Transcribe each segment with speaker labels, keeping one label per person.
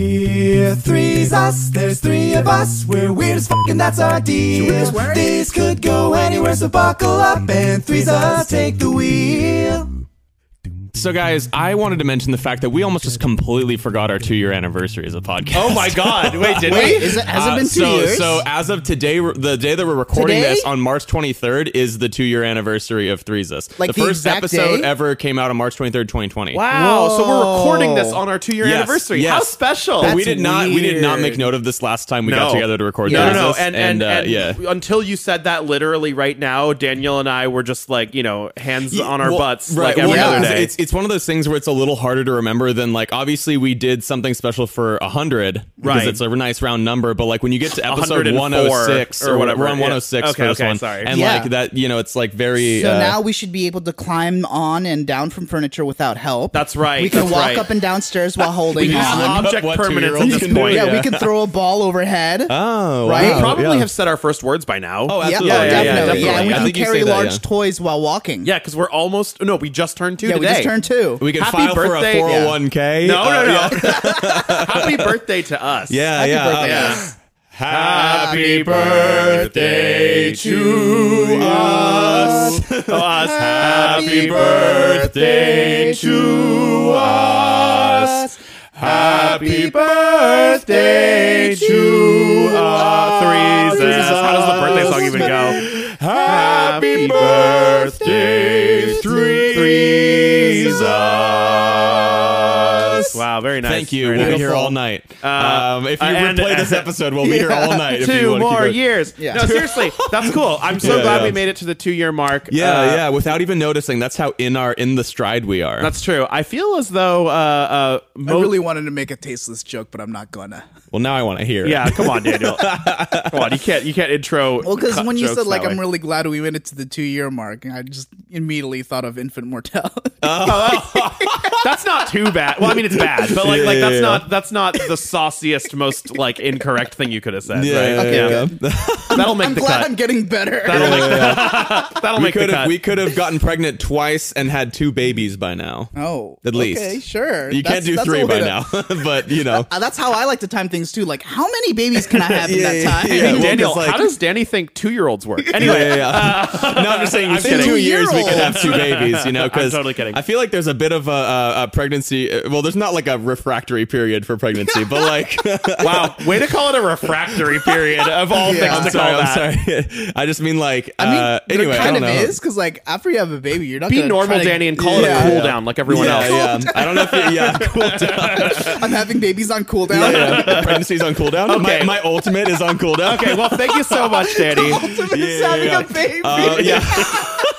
Speaker 1: We're three's us, there's three of us, we're weird as fucking that's our deal. This could go anywhere, so buckle up and three's us, take the wheel.
Speaker 2: So, guys, I wanted to mention the fact that we almost just completely forgot our two-year anniversary as a podcast.
Speaker 3: Oh my God! Wait, did
Speaker 4: Wait,
Speaker 3: we?
Speaker 4: is it, has
Speaker 2: Uh,
Speaker 4: it been two
Speaker 2: so,
Speaker 4: years?
Speaker 2: So as of today, the day that we're recording
Speaker 4: Today?
Speaker 2: this on March 23rd is the two-year anniversary of Threes Us.
Speaker 4: Like
Speaker 2: the,
Speaker 4: the
Speaker 2: first
Speaker 4: exact
Speaker 2: episode
Speaker 4: day?
Speaker 2: ever came out on March 23rd, 2020.
Speaker 3: Wow! So we're recording
Speaker 4: Whoa.
Speaker 3: this on our two-year
Speaker 2: Yes,
Speaker 3: anniversary.
Speaker 2: yes.
Speaker 3: How special!
Speaker 2: But
Speaker 4: That's
Speaker 2: we did not we did not make
Speaker 4: weird.
Speaker 2: note of this last time we got together to record.
Speaker 3: No, no,
Speaker 2: Three's
Speaker 3: no.
Speaker 2: Us,
Speaker 3: And and, and,
Speaker 2: uh, yeah.
Speaker 3: until you said that, literally right now, Daniel and I were just like you know hands
Speaker 2: Yeah,
Speaker 3: on our
Speaker 2: well,
Speaker 3: butts
Speaker 2: right?
Speaker 3: like every
Speaker 2: well, yeah,
Speaker 3: other
Speaker 2: 'cause
Speaker 3: day.
Speaker 2: It's it's one of those things where it's a little harder to remember than like obviously we did something special for hundred because
Speaker 3: Right.
Speaker 2: it's a nice round number, but like when you get to episode
Speaker 3: 104
Speaker 2: one hundred six or
Speaker 3: or
Speaker 2: whatever, we're on
Speaker 3: whatever, yeah.
Speaker 2: one hundred six
Speaker 3: Okay,
Speaker 2: for this
Speaker 3: okay,
Speaker 2: one,
Speaker 3: sorry.
Speaker 2: and
Speaker 4: Yeah.
Speaker 2: like that you know it's like very
Speaker 4: So
Speaker 2: uh,
Speaker 4: now we should be able to climb on and down from furniture without help.
Speaker 3: That's right,
Speaker 4: We can
Speaker 3: that's
Speaker 4: walk
Speaker 3: right. Uh,
Speaker 4: up and downstairs while holding
Speaker 3: It's
Speaker 2: just
Speaker 4: on.
Speaker 2: lock
Speaker 3: object
Speaker 2: What
Speaker 3: permanence
Speaker 2: two-year-olds
Speaker 3: at
Speaker 2: can
Speaker 3: this
Speaker 2: do,
Speaker 3: point.
Speaker 4: yeah, we can throw a ball overhead.
Speaker 2: oh
Speaker 4: Right?
Speaker 3: We
Speaker 2: wow,
Speaker 3: probably
Speaker 2: yeah.
Speaker 3: have said our first words by now.
Speaker 2: Oh,
Speaker 4: yeah,
Speaker 2: absolutely.
Speaker 3: Yeah, yeah, yeah,
Speaker 4: definitely.
Speaker 3: definitely.
Speaker 4: and we
Speaker 3: I
Speaker 4: can
Speaker 2: think you
Speaker 4: carry
Speaker 2: say that,
Speaker 4: large
Speaker 2: yeah.
Speaker 4: toys while walking.
Speaker 3: Yeah, because we're almost. No, we just turned two
Speaker 4: yeah, we
Speaker 3: today.
Speaker 4: just turned two.
Speaker 2: we can
Speaker 3: Happy
Speaker 2: file
Speaker 3: birthday.
Speaker 2: for a
Speaker 3: Yeah.
Speaker 2: four hundred one k.
Speaker 3: No, no, no. Happy birthday to us.
Speaker 2: Uh, Yeah,
Speaker 4: Happy
Speaker 2: yeah,
Speaker 4: birthday.
Speaker 2: yeah.
Speaker 3: Yeah.
Speaker 2: Happy birthday to us.
Speaker 3: To Oh, us.
Speaker 2: Happy birthday to us. Happy birthday to
Speaker 3: Uh,
Speaker 2: us.
Speaker 3: threes.
Speaker 2: Threes
Speaker 3: How does the birthday song
Speaker 2: us.
Speaker 3: even go?
Speaker 2: Happy birthday, threes us.
Speaker 3: Wow, very nice.
Speaker 2: Thank you.
Speaker 3: Very
Speaker 2: We'll
Speaker 3: nice.
Speaker 2: be here all night. um, if you
Speaker 3: uh, and-
Speaker 2: replay this episode, we'll be here all night. if you
Speaker 3: two
Speaker 2: wanna keep
Speaker 3: more
Speaker 2: it-
Speaker 3: years.
Speaker 4: Yeah.
Speaker 3: No, seriously, that's cool. I'm so
Speaker 2: Yeah,
Speaker 3: glad
Speaker 2: yeah.
Speaker 3: we made it to the two year mark.
Speaker 2: Yeah,
Speaker 3: Uh,
Speaker 2: yeah. Without even noticing, that's how in our in the stride we are.
Speaker 3: That's true. I feel as though uh, uh,
Speaker 5: I
Speaker 3: mo-
Speaker 5: really wanted to make a tasteless joke, but I'm not gonna.
Speaker 2: well, now I want to hear. it.
Speaker 3: yeah. Come on, Daniel. come on, you can't you can't intro.
Speaker 5: Well, because
Speaker 3: cut
Speaker 5: when you
Speaker 3: jokes
Speaker 5: said like
Speaker 3: that
Speaker 5: I'm
Speaker 3: way.
Speaker 5: really glad we went it to the two year mark, I just immediately thought of infant mortality.
Speaker 3: that's not too bad. Well, I mean it's bad, but like
Speaker 2: Yeah,
Speaker 3: like
Speaker 2: yeah,
Speaker 3: that's
Speaker 2: yeah.
Speaker 3: not that's not the sauciest, most like incorrect thing you could have said.
Speaker 2: Yeah,
Speaker 3: right?
Speaker 2: yeah,
Speaker 3: Yeah.
Speaker 2: yeah.
Speaker 3: That'll make
Speaker 5: I'm
Speaker 3: the
Speaker 5: glad
Speaker 3: cut.
Speaker 5: I'm getting better.
Speaker 3: that'll make the, that'll
Speaker 2: We
Speaker 3: make the
Speaker 2: could have
Speaker 3: cut.
Speaker 2: we could have gotten pregnant twice and had two babies by now.
Speaker 5: oh,
Speaker 2: At least.
Speaker 5: okay, sure.
Speaker 2: you
Speaker 5: That's-
Speaker 2: can't do
Speaker 5: that's
Speaker 2: three
Speaker 5: a way
Speaker 2: by
Speaker 5: to-
Speaker 2: now, but you know.
Speaker 5: Uh, that's how I like to time things too. Like, how many babies can I have in
Speaker 2: Yeah,
Speaker 5: that
Speaker 2: yeah,
Speaker 5: time?
Speaker 2: yeah. Well,
Speaker 3: Daniel,
Speaker 2: because, like-
Speaker 3: how does Danny think two year olds work? Anyway,
Speaker 2: yeah, yeah, yeah. no, I'm just saying.
Speaker 3: I'm
Speaker 2: in
Speaker 3: kidding.
Speaker 2: two years, we could
Speaker 5: Two-year-olds.
Speaker 2: have two babies. You know, because
Speaker 3: I'm totally kidding.
Speaker 2: I feel like there's a bit of a, a, a pregnancy. uh, Well, there's not like a refractory period for pregnancy, but like,
Speaker 3: wow, way to call it a refractory period of all
Speaker 5: Yeah.
Speaker 3: things
Speaker 2: I'm
Speaker 3: to
Speaker 2: sorry,
Speaker 3: call
Speaker 2: I'm
Speaker 3: that.
Speaker 2: sorry. I just mean like.
Speaker 5: I mean,
Speaker 2: uh,
Speaker 5: there
Speaker 2: anyway, I
Speaker 5: kind
Speaker 2: don't
Speaker 5: of
Speaker 2: know.
Speaker 5: is because like after you have a baby, you're not
Speaker 3: Be
Speaker 5: gonna
Speaker 3: normal,
Speaker 5: try to-
Speaker 3: Danny, and call
Speaker 5: Yeah.
Speaker 3: it a cool down like everyone
Speaker 2: yeah,
Speaker 3: else.
Speaker 2: yeah. I don't know if you, yeah, cool down.
Speaker 5: I'm having babies on cooldown.
Speaker 2: Yeah, the pregnancy's on cooldown.
Speaker 3: Okay.
Speaker 2: My, my ultimate is on cooldown.
Speaker 3: Okay, well, thank you so much, Danny.
Speaker 5: Ultimate is
Speaker 2: Yeah,
Speaker 5: having
Speaker 2: yeah,
Speaker 5: a baby.
Speaker 2: Uh, yeah.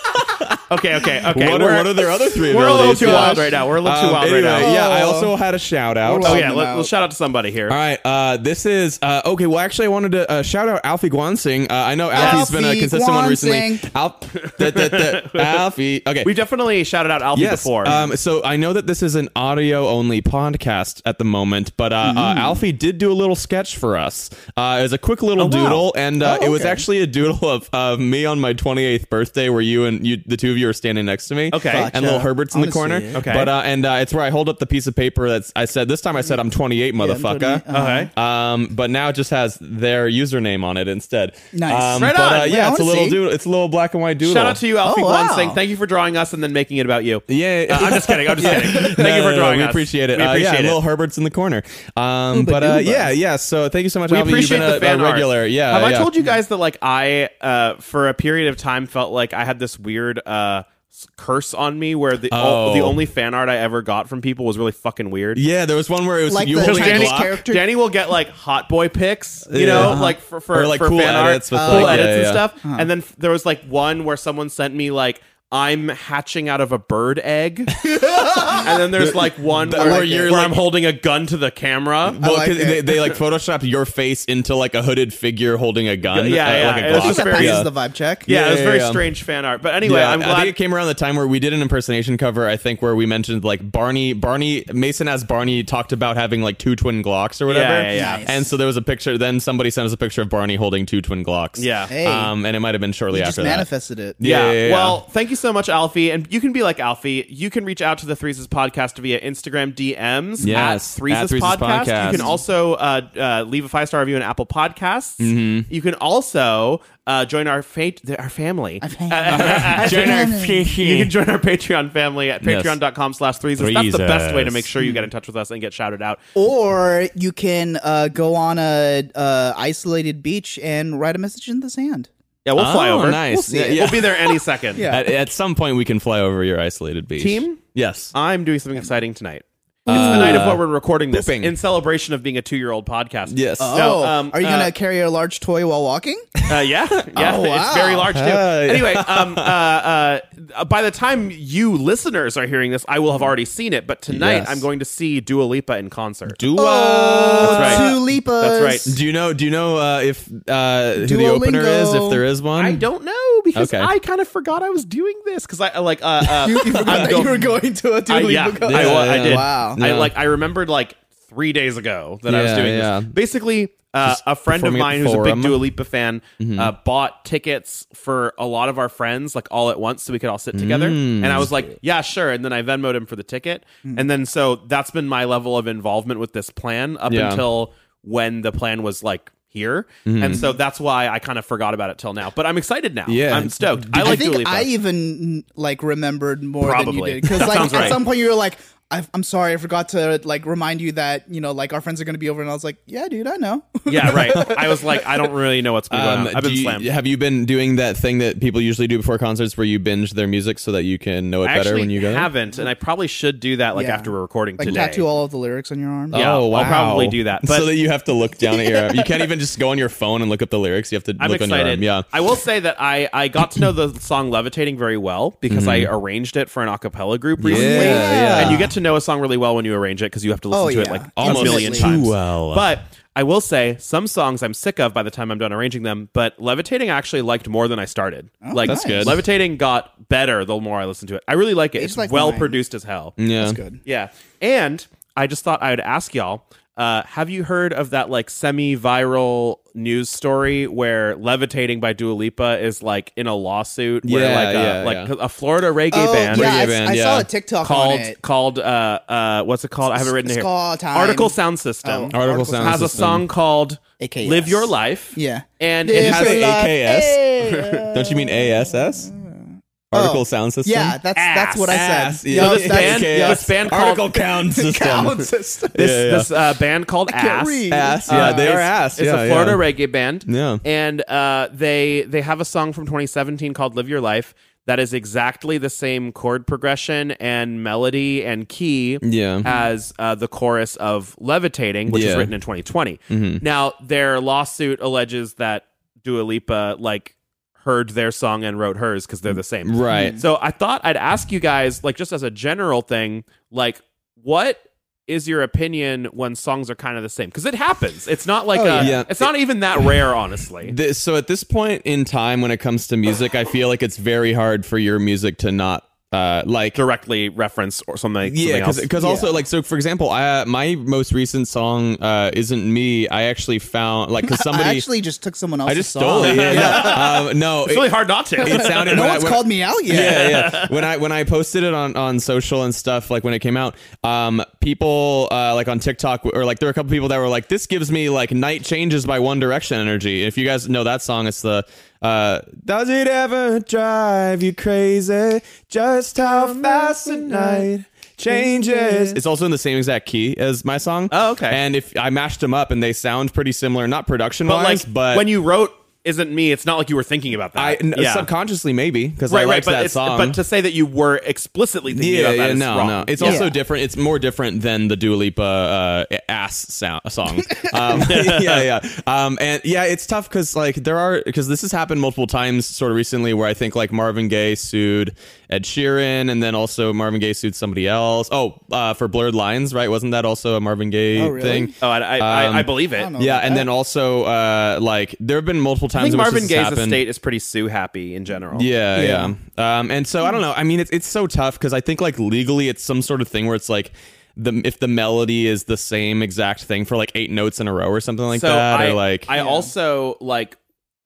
Speaker 3: Okay, okay, okay.
Speaker 2: what, are,
Speaker 3: we're,
Speaker 2: what are their other three?
Speaker 3: we're a little
Speaker 2: abilities?
Speaker 3: too
Speaker 2: Yeah.
Speaker 3: wild right now. We're a little too
Speaker 2: Um,
Speaker 3: wild
Speaker 2: anyway,
Speaker 3: right now.
Speaker 2: Yeah, I also had a shout out.
Speaker 3: Oh
Speaker 2: All
Speaker 3: yeah, let,
Speaker 5: out.
Speaker 3: we'll shout out to somebody here.
Speaker 2: right. Uh, this is uh, okay. Well, actually, I wanted to uh, shout out Alfie Guansing. Uh, I know Alfie's been a
Speaker 5: Alfie
Speaker 2: consistent one recently.
Speaker 5: Guansing.
Speaker 2: Al- that- that- that- Alfie. Okay.
Speaker 3: We've definitely shouted out Alfie
Speaker 2: Yes.
Speaker 3: before.
Speaker 2: Um, so I know that this is an audio only podcast at the moment, but uh,
Speaker 3: Mm-hmm.
Speaker 2: uh, Alfie did do a little sketch for us. Uh, it was a quick little
Speaker 3: wow.
Speaker 2: doodle, and uh,
Speaker 5: Oh,
Speaker 2: it was
Speaker 5: okay.
Speaker 2: actually a doodle of, of me on my 28th birthday, where you and you, the two of you are standing next to me.
Speaker 3: Okay.
Speaker 2: And little
Speaker 5: Gotcha.
Speaker 2: Herbert's in the
Speaker 5: Honestly,
Speaker 2: corner.
Speaker 5: yeah.
Speaker 3: Okay.
Speaker 2: But uh, and uh, it's where I hold up the piece of paper that's I said this time I said I'm 28, motherfucker.
Speaker 5: Uh-huh.
Speaker 3: okay.
Speaker 2: Um, but now it just has their username on it instead.
Speaker 5: Nice.
Speaker 2: Um,
Speaker 3: Right
Speaker 2: but,
Speaker 3: on.
Speaker 2: Uh,
Speaker 3: Wait,
Speaker 2: yeah,
Speaker 5: I
Speaker 2: it's a
Speaker 5: wanna
Speaker 2: little
Speaker 5: see.
Speaker 2: doodle. It's a little black and white doodle.
Speaker 3: Shout out to you, Alfie
Speaker 5: Oh,
Speaker 3: One
Speaker 5: wow.
Speaker 3: saying Thank you for drawing us and then making it about you.
Speaker 2: Yeah,
Speaker 3: Uh, I'm just kidding. I'm just kidding. Thank
Speaker 2: No,
Speaker 3: you
Speaker 2: no,
Speaker 3: for
Speaker 2: no,
Speaker 3: drawing
Speaker 2: we
Speaker 3: us.
Speaker 2: appreciate it.
Speaker 3: We
Speaker 2: Uh,
Speaker 3: appreciate
Speaker 2: yeah,
Speaker 3: it.
Speaker 2: Little Herbert's in the corner. Um, but uh,
Speaker 5: Ooba Dooba.
Speaker 2: yeah, yeah. So thank you so much.
Speaker 3: we
Speaker 2: Alvin.
Speaker 3: appreciate
Speaker 2: You've been
Speaker 3: the
Speaker 2: a,
Speaker 3: fan
Speaker 2: a
Speaker 3: art.
Speaker 2: regular. Yeah.
Speaker 3: Have
Speaker 2: yeah.
Speaker 3: I told you guys that like I uh for a period of time felt like I had this weird uh s- curse on me where the all,
Speaker 2: Oh.
Speaker 3: the only fan art I ever got from people was really fucking weird.
Speaker 2: Yeah, there was one where it was
Speaker 5: Like
Speaker 2: you
Speaker 5: the
Speaker 2: holding a
Speaker 5: Chinese
Speaker 2: Glock.
Speaker 5: character
Speaker 3: Danny will get like hot boy pics, you
Speaker 2: Yeah.
Speaker 3: know,
Speaker 2: Uh-huh.
Speaker 3: like for, for
Speaker 2: Or, like,
Speaker 3: for
Speaker 2: cool
Speaker 3: fan art,
Speaker 2: edits with,
Speaker 3: cool
Speaker 2: like,
Speaker 3: edits
Speaker 2: yeah,
Speaker 3: and
Speaker 2: yeah.
Speaker 3: stuff. And then f- there was like one where someone sent me like I'm hatching out of a bird egg, and then there's like one
Speaker 2: That-
Speaker 3: where,
Speaker 2: where you're,
Speaker 3: where
Speaker 2: like-
Speaker 3: I'm holding a gun to the camera.
Speaker 2: Well,
Speaker 5: like
Speaker 2: 'cause
Speaker 5: it.
Speaker 2: they, they like photoshopped your face into like a hooded figure holding a gun.
Speaker 3: Yeah,
Speaker 2: uh,
Speaker 3: yeah,
Speaker 2: like a
Speaker 3: it was
Speaker 2: Glock.
Speaker 3: just
Speaker 5: that
Speaker 3: very-
Speaker 5: passes
Speaker 2: yeah.
Speaker 5: the vibe check.
Speaker 3: yeah, it was
Speaker 2: yeah,
Speaker 3: very
Speaker 2: yeah.
Speaker 3: strange fan art. But anyway,
Speaker 2: Yeah,
Speaker 3: I'm glad
Speaker 2: I think it came around the time where we did an impersonation cover. I think where we mentioned like Barney, Barney Mason as Barney talked about having like two twin Glocks or whatever.
Speaker 3: Yeah, yeah, yeah.
Speaker 5: Nice.
Speaker 2: And so there was a picture. Then somebody sent us a picture of Barney holding two twin Glocks.
Speaker 3: Yeah.
Speaker 5: Hey.
Speaker 2: Um, and it might have been shortly
Speaker 5: You just
Speaker 2: after that.
Speaker 5: manifested it.
Speaker 2: Yeah,
Speaker 3: Yeah.
Speaker 2: yeah, yeah.
Speaker 3: Well, thank you you so much, Alfie. And you can be like Alfie. You can reach out to the Threeses Podcast via Instagram DMs
Speaker 2: Yes,
Speaker 3: at Threeses,
Speaker 2: at Threeses
Speaker 3: Podcast.
Speaker 2: Podcast.
Speaker 3: You can also uh, uh, leave a five star review on Apple Podcasts. You can also uh, join our fate, our family.
Speaker 2: Join our
Speaker 3: You can join our Patreon family at
Speaker 2: Yes.
Speaker 3: patreon.com slash threeses. That's the best way to
Speaker 2: Threeses.
Speaker 3: make sure you get in touch with us and get shouted out.
Speaker 4: Or you can uh, go on a uh, isolated beach and write a message in the sand.
Speaker 3: Yeah, we'll fly
Speaker 2: Oh,
Speaker 3: over.
Speaker 2: nice.
Speaker 3: We'll, see
Speaker 2: Yeah,
Speaker 3: it.
Speaker 2: yeah.
Speaker 3: We'll be there any second.
Speaker 4: Yeah.
Speaker 2: At, at some point, we can fly over your isolated beach.
Speaker 3: Team?
Speaker 2: Yes.
Speaker 3: I'm doing something exciting tonight.
Speaker 4: Uh,
Speaker 3: it's the night of what we're recording this
Speaker 2: pooping.
Speaker 3: in celebration of being a two year old podcast.
Speaker 2: Yes.
Speaker 3: So,
Speaker 4: Oh,
Speaker 3: um,
Speaker 4: are you
Speaker 3: uh,
Speaker 4: gonna carry a large toy while walking?
Speaker 3: Uh, yeah, yeah,
Speaker 4: Oh, wow.
Speaker 3: it's very large too.
Speaker 2: Hey.
Speaker 3: Anyway, um, uh, uh, by the time you listeners are hearing this, I will have already seen it. But tonight,
Speaker 2: Yes.
Speaker 3: I'm going to see Dua Lipa in concert.
Speaker 2: Duo.
Speaker 3: That's right.
Speaker 4: Two
Speaker 3: That's
Speaker 4: leapers.
Speaker 3: right.
Speaker 2: Do you know? Do you know uh, if uh, who the opener
Speaker 4: Duolingo.
Speaker 2: is? If there is one,
Speaker 3: I don't know because
Speaker 2: Okay.
Speaker 3: I kind of forgot I was doing this because I like uh, uh,
Speaker 4: You, you forgot
Speaker 3: I'm
Speaker 4: that
Speaker 3: go-
Speaker 4: you were going to a Dua
Speaker 3: I,
Speaker 4: Lipa
Speaker 3: yeah,
Speaker 4: concert.
Speaker 2: Yeah,
Speaker 3: I, wa- I
Speaker 2: yeah.
Speaker 3: did.
Speaker 4: Wow.
Speaker 3: I
Speaker 2: Yeah.
Speaker 3: like I remembered like three days ago that I was
Speaker 2: Yeah,
Speaker 3: doing
Speaker 2: yeah.
Speaker 3: this. Basically, uh, a friend of
Speaker 2: performing at
Speaker 3: mine
Speaker 2: the
Speaker 3: who's a big
Speaker 2: Forum. Mm-hmm.
Speaker 3: Dua Lipa fan uh, bought tickets for a lot of our friends, like all at once, so we could all sit together.
Speaker 2: Mm.
Speaker 3: And I was like, "Yeah, sure." And then I Venmoed him for the ticket, and then so that's been my level of involvement with this plan up
Speaker 2: Yeah. Mm-hmm.
Speaker 3: until when the plan was like here, and so that's why I kind of forgot about it till now. But I'm excited now.
Speaker 2: Yeah.
Speaker 3: I'm stoked. I
Speaker 4: I
Speaker 3: like Dua
Speaker 4: think
Speaker 3: Lipa.
Speaker 4: I even like remembered more than
Speaker 3: Probably.
Speaker 4: you did because
Speaker 3: That
Speaker 4: like
Speaker 3: sounds
Speaker 4: at
Speaker 3: right.
Speaker 4: some point you were like, I, "I'm sorry, I forgot to like remind you that you know like our friends are going to be over," and I was like, "Yeah, dude, I know."
Speaker 3: yeah, right. I was like, I don't really know what's going
Speaker 2: Um,
Speaker 3: on. I've
Speaker 2: do
Speaker 3: been
Speaker 2: you-
Speaker 3: slammed.
Speaker 2: Have you been doing that thing that people usually do before concerts, where you binge their music so that you can know it
Speaker 3: I
Speaker 2: better
Speaker 3: actually
Speaker 2: when you go? there?
Speaker 3: haven't, and I probably should do that like
Speaker 4: Yeah.
Speaker 3: after we're recording
Speaker 4: like
Speaker 3: today.
Speaker 4: tattoo all of the lyrics on your arm.
Speaker 3: Yeah,
Speaker 2: oh, wow.
Speaker 3: I'll probably do that. But
Speaker 2: so that you have to look down at your. You can't even just go on your phone and look up the lyrics. You have to
Speaker 3: I'm
Speaker 2: look
Speaker 3: excited.
Speaker 2: on your arm. Yeah.
Speaker 3: I will say that I I got to know the song "Levitating" very well because I arranged it for an a cappella group recently.
Speaker 2: Mm-hmm. yeah.
Speaker 3: And you get to know a song really well when you arrange it because you have to listen
Speaker 4: Oh,
Speaker 3: to it
Speaker 4: yeah.
Speaker 3: like a
Speaker 2: Almost
Speaker 3: million
Speaker 4: too
Speaker 3: times.
Speaker 2: well.
Speaker 3: But I will say some songs I'm sick of by the time I'm done arranging them. But "Levitating" I actually liked more than I started.
Speaker 4: Oh,
Speaker 3: like
Speaker 2: That's nice. good.
Speaker 3: "Levitating" got better the more I listened to it. I really like it. It's
Speaker 4: like
Speaker 3: well
Speaker 4: mine.
Speaker 3: produced as hell.
Speaker 2: yeah.
Speaker 4: that's good.
Speaker 3: Yeah. And I just thought I would ask y'all uh, have you heard of that like semi viral news story where Levitating by Dua Lipa is like in a lawsuit where
Speaker 2: Yeah,
Speaker 3: like, a,
Speaker 2: yeah,
Speaker 3: like
Speaker 2: yeah.
Speaker 3: a Florida reggae
Speaker 4: Oh,
Speaker 3: band
Speaker 4: yeah, I,
Speaker 2: Reggae band,
Speaker 4: I saw
Speaker 2: yeah.
Speaker 4: a TikTok on
Speaker 3: called
Speaker 4: it.
Speaker 3: called uh uh what's it called? I have it written
Speaker 4: It's
Speaker 3: here.
Speaker 4: called Time.
Speaker 3: Article Sound System
Speaker 4: Oh,
Speaker 2: Article Sound
Speaker 3: has a
Speaker 2: System.
Speaker 3: song called
Speaker 4: AKS.
Speaker 3: Live Your Life.
Speaker 4: Yeah.
Speaker 3: And
Speaker 4: Live
Speaker 3: it
Speaker 2: Has
Speaker 3: has
Speaker 4: your life.
Speaker 2: AKS?
Speaker 4: Hey.
Speaker 2: Don't you mean ASS? Article sound system.
Speaker 4: Oh. Yeah, that's that's what I said.
Speaker 2: Ass,
Speaker 4: Yup,
Speaker 2: yeah.
Speaker 3: this
Speaker 4: that's-
Speaker 3: band-
Speaker 4: yup.
Speaker 3: this band called-
Speaker 2: Article count system.
Speaker 4: Count system.
Speaker 3: this
Speaker 2: Yeah, yeah.
Speaker 3: this uh, band called
Speaker 4: can't
Speaker 3: Ass.
Speaker 4: read.
Speaker 2: Ass, yeah, they are
Speaker 3: Uh, it's-
Speaker 2: ass.
Speaker 3: It's
Speaker 2: yeah,
Speaker 3: a Florida
Speaker 2: yeah.
Speaker 3: reggae band.
Speaker 2: Yeah.
Speaker 3: and uh, they they have a song from 2017 called "Live Your Life" that is exactly the same chord progression and melody and key
Speaker 2: Yeah.
Speaker 3: as uh, the chorus of "Levitating," which was
Speaker 2: Mm-hmm. Yeah.
Speaker 3: written in 2020. Now their lawsuit alleges that Dua Lipa like heard their song and wrote hers because they're the same,
Speaker 2: Right.
Speaker 3: so I thought I'd ask you guys, like, just as a general thing, like, what is your opinion when songs are kind of the same? Because it happens. It's not like a,
Speaker 2: Oh, yeah.
Speaker 3: it's not even that rare, honestly.
Speaker 2: This, so at this point in time, when it comes to music, I feel like it's very hard for your music to not uh, like
Speaker 3: Directly reference or something.
Speaker 2: yeah,
Speaker 3: something else.
Speaker 2: because also like so for example, I, uh, my most recent song uh, isn't me. I actually found like because somebody
Speaker 4: I actually just took someone else's
Speaker 2: I just
Speaker 4: song.
Speaker 2: stole it. Yeah, yeah. Um, no,
Speaker 3: it's
Speaker 2: it-
Speaker 3: really hard not to.
Speaker 2: it sounded
Speaker 4: No
Speaker 2: when I-
Speaker 4: one's
Speaker 2: when-
Speaker 4: called me out yet.
Speaker 2: yeah, yeah. When I when I posted it on on social and stuff, like when it came out, um, people uh, like on TikTok w- or like there were a couple people that were like, "This gives me like night changes by One Direction energy." If you guys know that song, it's the uh, "Does it ever drive you crazy? Just how fast the night." Changes. It's also in the same exact key as my song.
Speaker 3: Oh, okay.
Speaker 2: And if I mashed them up, and they sound pretty similar, not production
Speaker 3: but
Speaker 2: wise,
Speaker 3: like,
Speaker 2: but
Speaker 3: when you wrote "Isn't Me," it's not like you were thinking about that.
Speaker 2: I n-
Speaker 3: yeah.
Speaker 2: subconsciously maybe because I
Speaker 3: right, right.
Speaker 2: liked
Speaker 3: But
Speaker 2: that
Speaker 3: it's,
Speaker 2: song.
Speaker 3: but to say that you were explicitly thinking
Speaker 2: yeah,
Speaker 3: about that
Speaker 2: yeah,
Speaker 3: is
Speaker 2: no,
Speaker 3: wrong.
Speaker 2: no. It's
Speaker 3: Yeah.
Speaker 2: also
Speaker 4: Yeah.
Speaker 2: different. It's more different than the Dua Lipa uh, ass sound, song. Um, yeah, yeah, um, and yeah. It's tough because like there are because this has happened multiple times sort of recently where I think like Marvin Gaye sued Ed Sheeran and then also Marvin Gaye sued somebody else. Oh, uh, for Blurred Lines, right? Wasn't that also a Marvin Gaye
Speaker 4: Oh, really?
Speaker 2: thing?
Speaker 3: Oh, I, I,
Speaker 2: Um,
Speaker 3: I, I believe it.
Speaker 4: don't know.
Speaker 2: Yeah, and then also uh, like there have been multiple times.
Speaker 3: I think
Speaker 2: in which
Speaker 3: Marvin
Speaker 2: this has
Speaker 3: Gaye's
Speaker 2: happened.
Speaker 3: estate is pretty sue happy in general.
Speaker 2: Yeah, yeah. Um, and so I don't know. I mean, it's it's so tough because I think like legally, it's some sort of thing where it's like the if the melody is the same exact thing for like eight notes in a row or something like that,
Speaker 3: I,
Speaker 2: or like
Speaker 3: I also like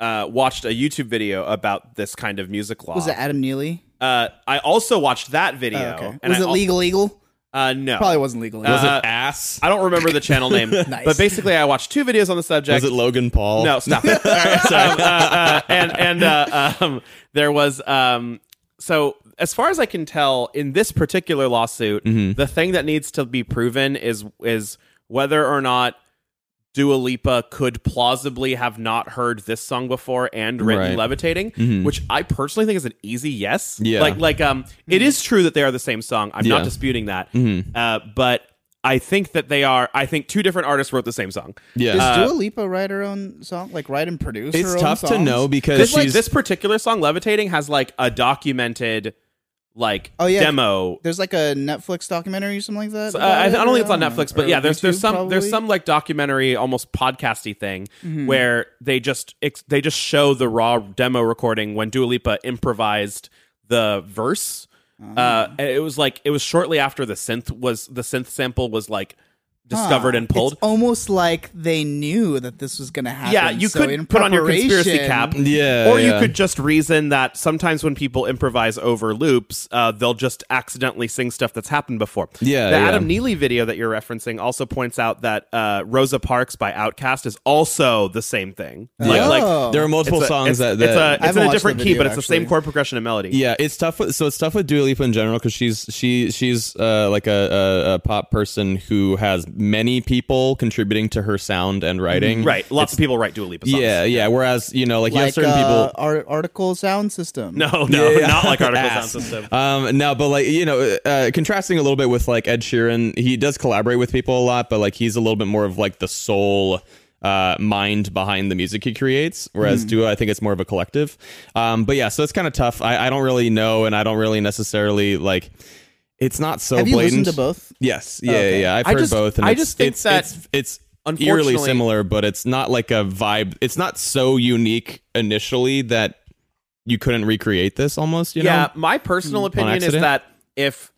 Speaker 3: uh, watched a YouTube video about this kind of music law.
Speaker 4: Was it Adam Neely?
Speaker 3: Uh, I also watched that video.
Speaker 5: okay.
Speaker 3: and
Speaker 4: Oh, was
Speaker 3: I
Speaker 4: it
Speaker 3: al-
Speaker 4: legal eagle?
Speaker 3: Uh, no,
Speaker 4: Probably wasn't legal. Eagle.
Speaker 2: Was
Speaker 3: Uh,
Speaker 2: it ass?
Speaker 3: I don't remember the channel name, but basically, I watched two videos on the subject.
Speaker 2: Was it Logan Paul?
Speaker 3: No, stop it. All right. Um, uh, uh, and and uh, um, there was um, so as far as I can tell, in this particular lawsuit,
Speaker 2: Mm-hmm.
Speaker 3: the thing that needs to be proven is is whether or not Dua Lipa could plausibly have not heard this song before and written
Speaker 2: Right. Mm-hmm.
Speaker 3: "Levitating," which I personally think is an easy yes.
Speaker 2: Yeah.
Speaker 3: like like um, it is true that they are the same song. I'm not
Speaker 2: Yeah. Mm-hmm.
Speaker 3: disputing that, uh, but. I think that they are. I think two different artists wrote the same song.
Speaker 2: Yeah.
Speaker 4: Does
Speaker 2: Uh,
Speaker 4: Dua Lipa write her own song? Like write and produce? her
Speaker 2: it's
Speaker 4: own
Speaker 2: tough to
Speaker 4: songs?
Speaker 2: know because
Speaker 3: this, like,
Speaker 2: she's
Speaker 3: this particular song levitating has like a documented like
Speaker 4: Oh, yeah.
Speaker 3: demo
Speaker 4: There's like a Netflix documentary or something like that.
Speaker 3: So, uh, I, I don't think it's on
Speaker 4: about it?
Speaker 3: Netflix, but
Speaker 4: Or
Speaker 3: yeah, there's there's
Speaker 4: YouTube,
Speaker 3: some there's
Speaker 4: probably?
Speaker 3: some like documentary, almost podcasty thing where they just ex- they just show the raw demo recording when Dua Lipa improvised the verse.
Speaker 4: Ah.
Speaker 3: Uh, and it was like it was shortly after the synth was the synth sample was like discovered and pulled.
Speaker 4: Ah, It's almost like they knew that this was going to happen.
Speaker 3: yeah, you
Speaker 4: So in
Speaker 3: could put on your conspiracy
Speaker 4: preparation-
Speaker 3: cap,
Speaker 2: Yeah,
Speaker 3: or you
Speaker 2: yeah.
Speaker 3: could just reason that sometimes when people improvise over loops, uh, they'll just accidentally sing stuff that's happened before.
Speaker 2: Yeah,
Speaker 3: the
Speaker 2: yeah.
Speaker 3: Adam Neely video that you're referencing also points out that uh, Rosa Parks by Outkast is also the same thing. Like,
Speaker 2: Yeah.
Speaker 4: Oh.
Speaker 3: like
Speaker 2: there are multiple
Speaker 3: it's a-
Speaker 2: songs
Speaker 3: it's,
Speaker 2: that,
Speaker 3: it's
Speaker 2: that-
Speaker 3: a it's
Speaker 4: haven't
Speaker 3: in a
Speaker 4: watched
Speaker 3: different
Speaker 4: the
Speaker 3: key,
Speaker 4: video,
Speaker 3: but it's the same
Speaker 4: actually.
Speaker 3: chord progression and melody.
Speaker 2: Yeah, it's tough. With, so it's tough with Dua Lipa in general because she's she she's uh, like a, a, a pop person who has many people contributing to her sound and writing.
Speaker 3: Mm-hmm. right. Lots of people write Dua Lipa songs.
Speaker 2: Yeah, yeah. Whereas you know, like, you have
Speaker 4: Like
Speaker 2: certain
Speaker 4: uh,
Speaker 2: people.
Speaker 4: ar- article sound system.
Speaker 3: No, no,
Speaker 2: Yeah.
Speaker 3: not like Article Sound
Speaker 2: Ass.
Speaker 3: System.
Speaker 2: Um, no, but like you know, uh, contrasting a little bit with like Ed Sheeran, he does collaborate with people a lot, but like he's a little bit more of like the soul uh, mind behind the music he creates.
Speaker 3: Hmm.
Speaker 2: Whereas Dua, I think it's more of a collective. Um, but yeah, so it's kind of tough. I, I don't really know, and I don't really necessarily like. It's not so.
Speaker 4: Have you
Speaker 2: blatant.
Speaker 4: listened to both?
Speaker 2: Yes. Yeah.
Speaker 4: Okay.
Speaker 2: Yeah. I've
Speaker 3: I
Speaker 2: heard
Speaker 3: just-
Speaker 2: both. And
Speaker 3: I
Speaker 2: it's-
Speaker 3: just think
Speaker 2: it's,
Speaker 3: that,
Speaker 2: it's, it's eerily
Speaker 3: unfortunately-
Speaker 2: similar, but it's not like a vibe. It's not so unique initially that you couldn't recreate this almost, you
Speaker 3: yeah,
Speaker 2: know? hmm,
Speaker 3: my personal opinion is
Speaker 2: accident?
Speaker 3: that if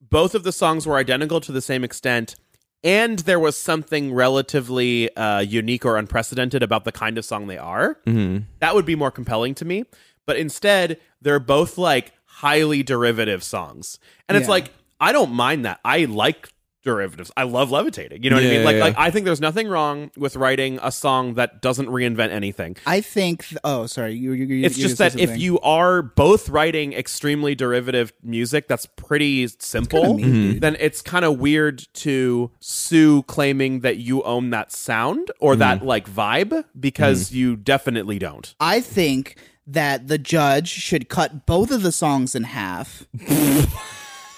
Speaker 3: both of the songs were identical to the same extent and there was something relatively uh, unique or unprecedented about the kind of song they are,
Speaker 2: Mm-hmm.
Speaker 3: that would be more compelling to me. But instead, they're both like highly derivative songs. And it's
Speaker 5: Yeah.
Speaker 3: like, I don't mind that. I like derivatives. I love levitating. You know what I
Speaker 2: Yeah,
Speaker 3: mean? Like,
Speaker 2: yeah,
Speaker 3: like
Speaker 2: yeah.
Speaker 3: I think there's nothing wrong with writing a song that doesn't reinvent anything
Speaker 4: I think. th- oh, sorry. You, you, you,
Speaker 3: it's
Speaker 4: you
Speaker 3: just
Speaker 4: gonna
Speaker 3: that
Speaker 4: say
Speaker 3: if
Speaker 4: something.
Speaker 3: you are both writing extremely derivative music that's pretty simple,
Speaker 2: Mm-hmm.
Speaker 3: then it's kind of weird to sue claiming that you own that sound or
Speaker 2: Mm-hmm.
Speaker 3: that like vibe because you definitely don't.
Speaker 4: I think that the judge should cut both of the songs in half,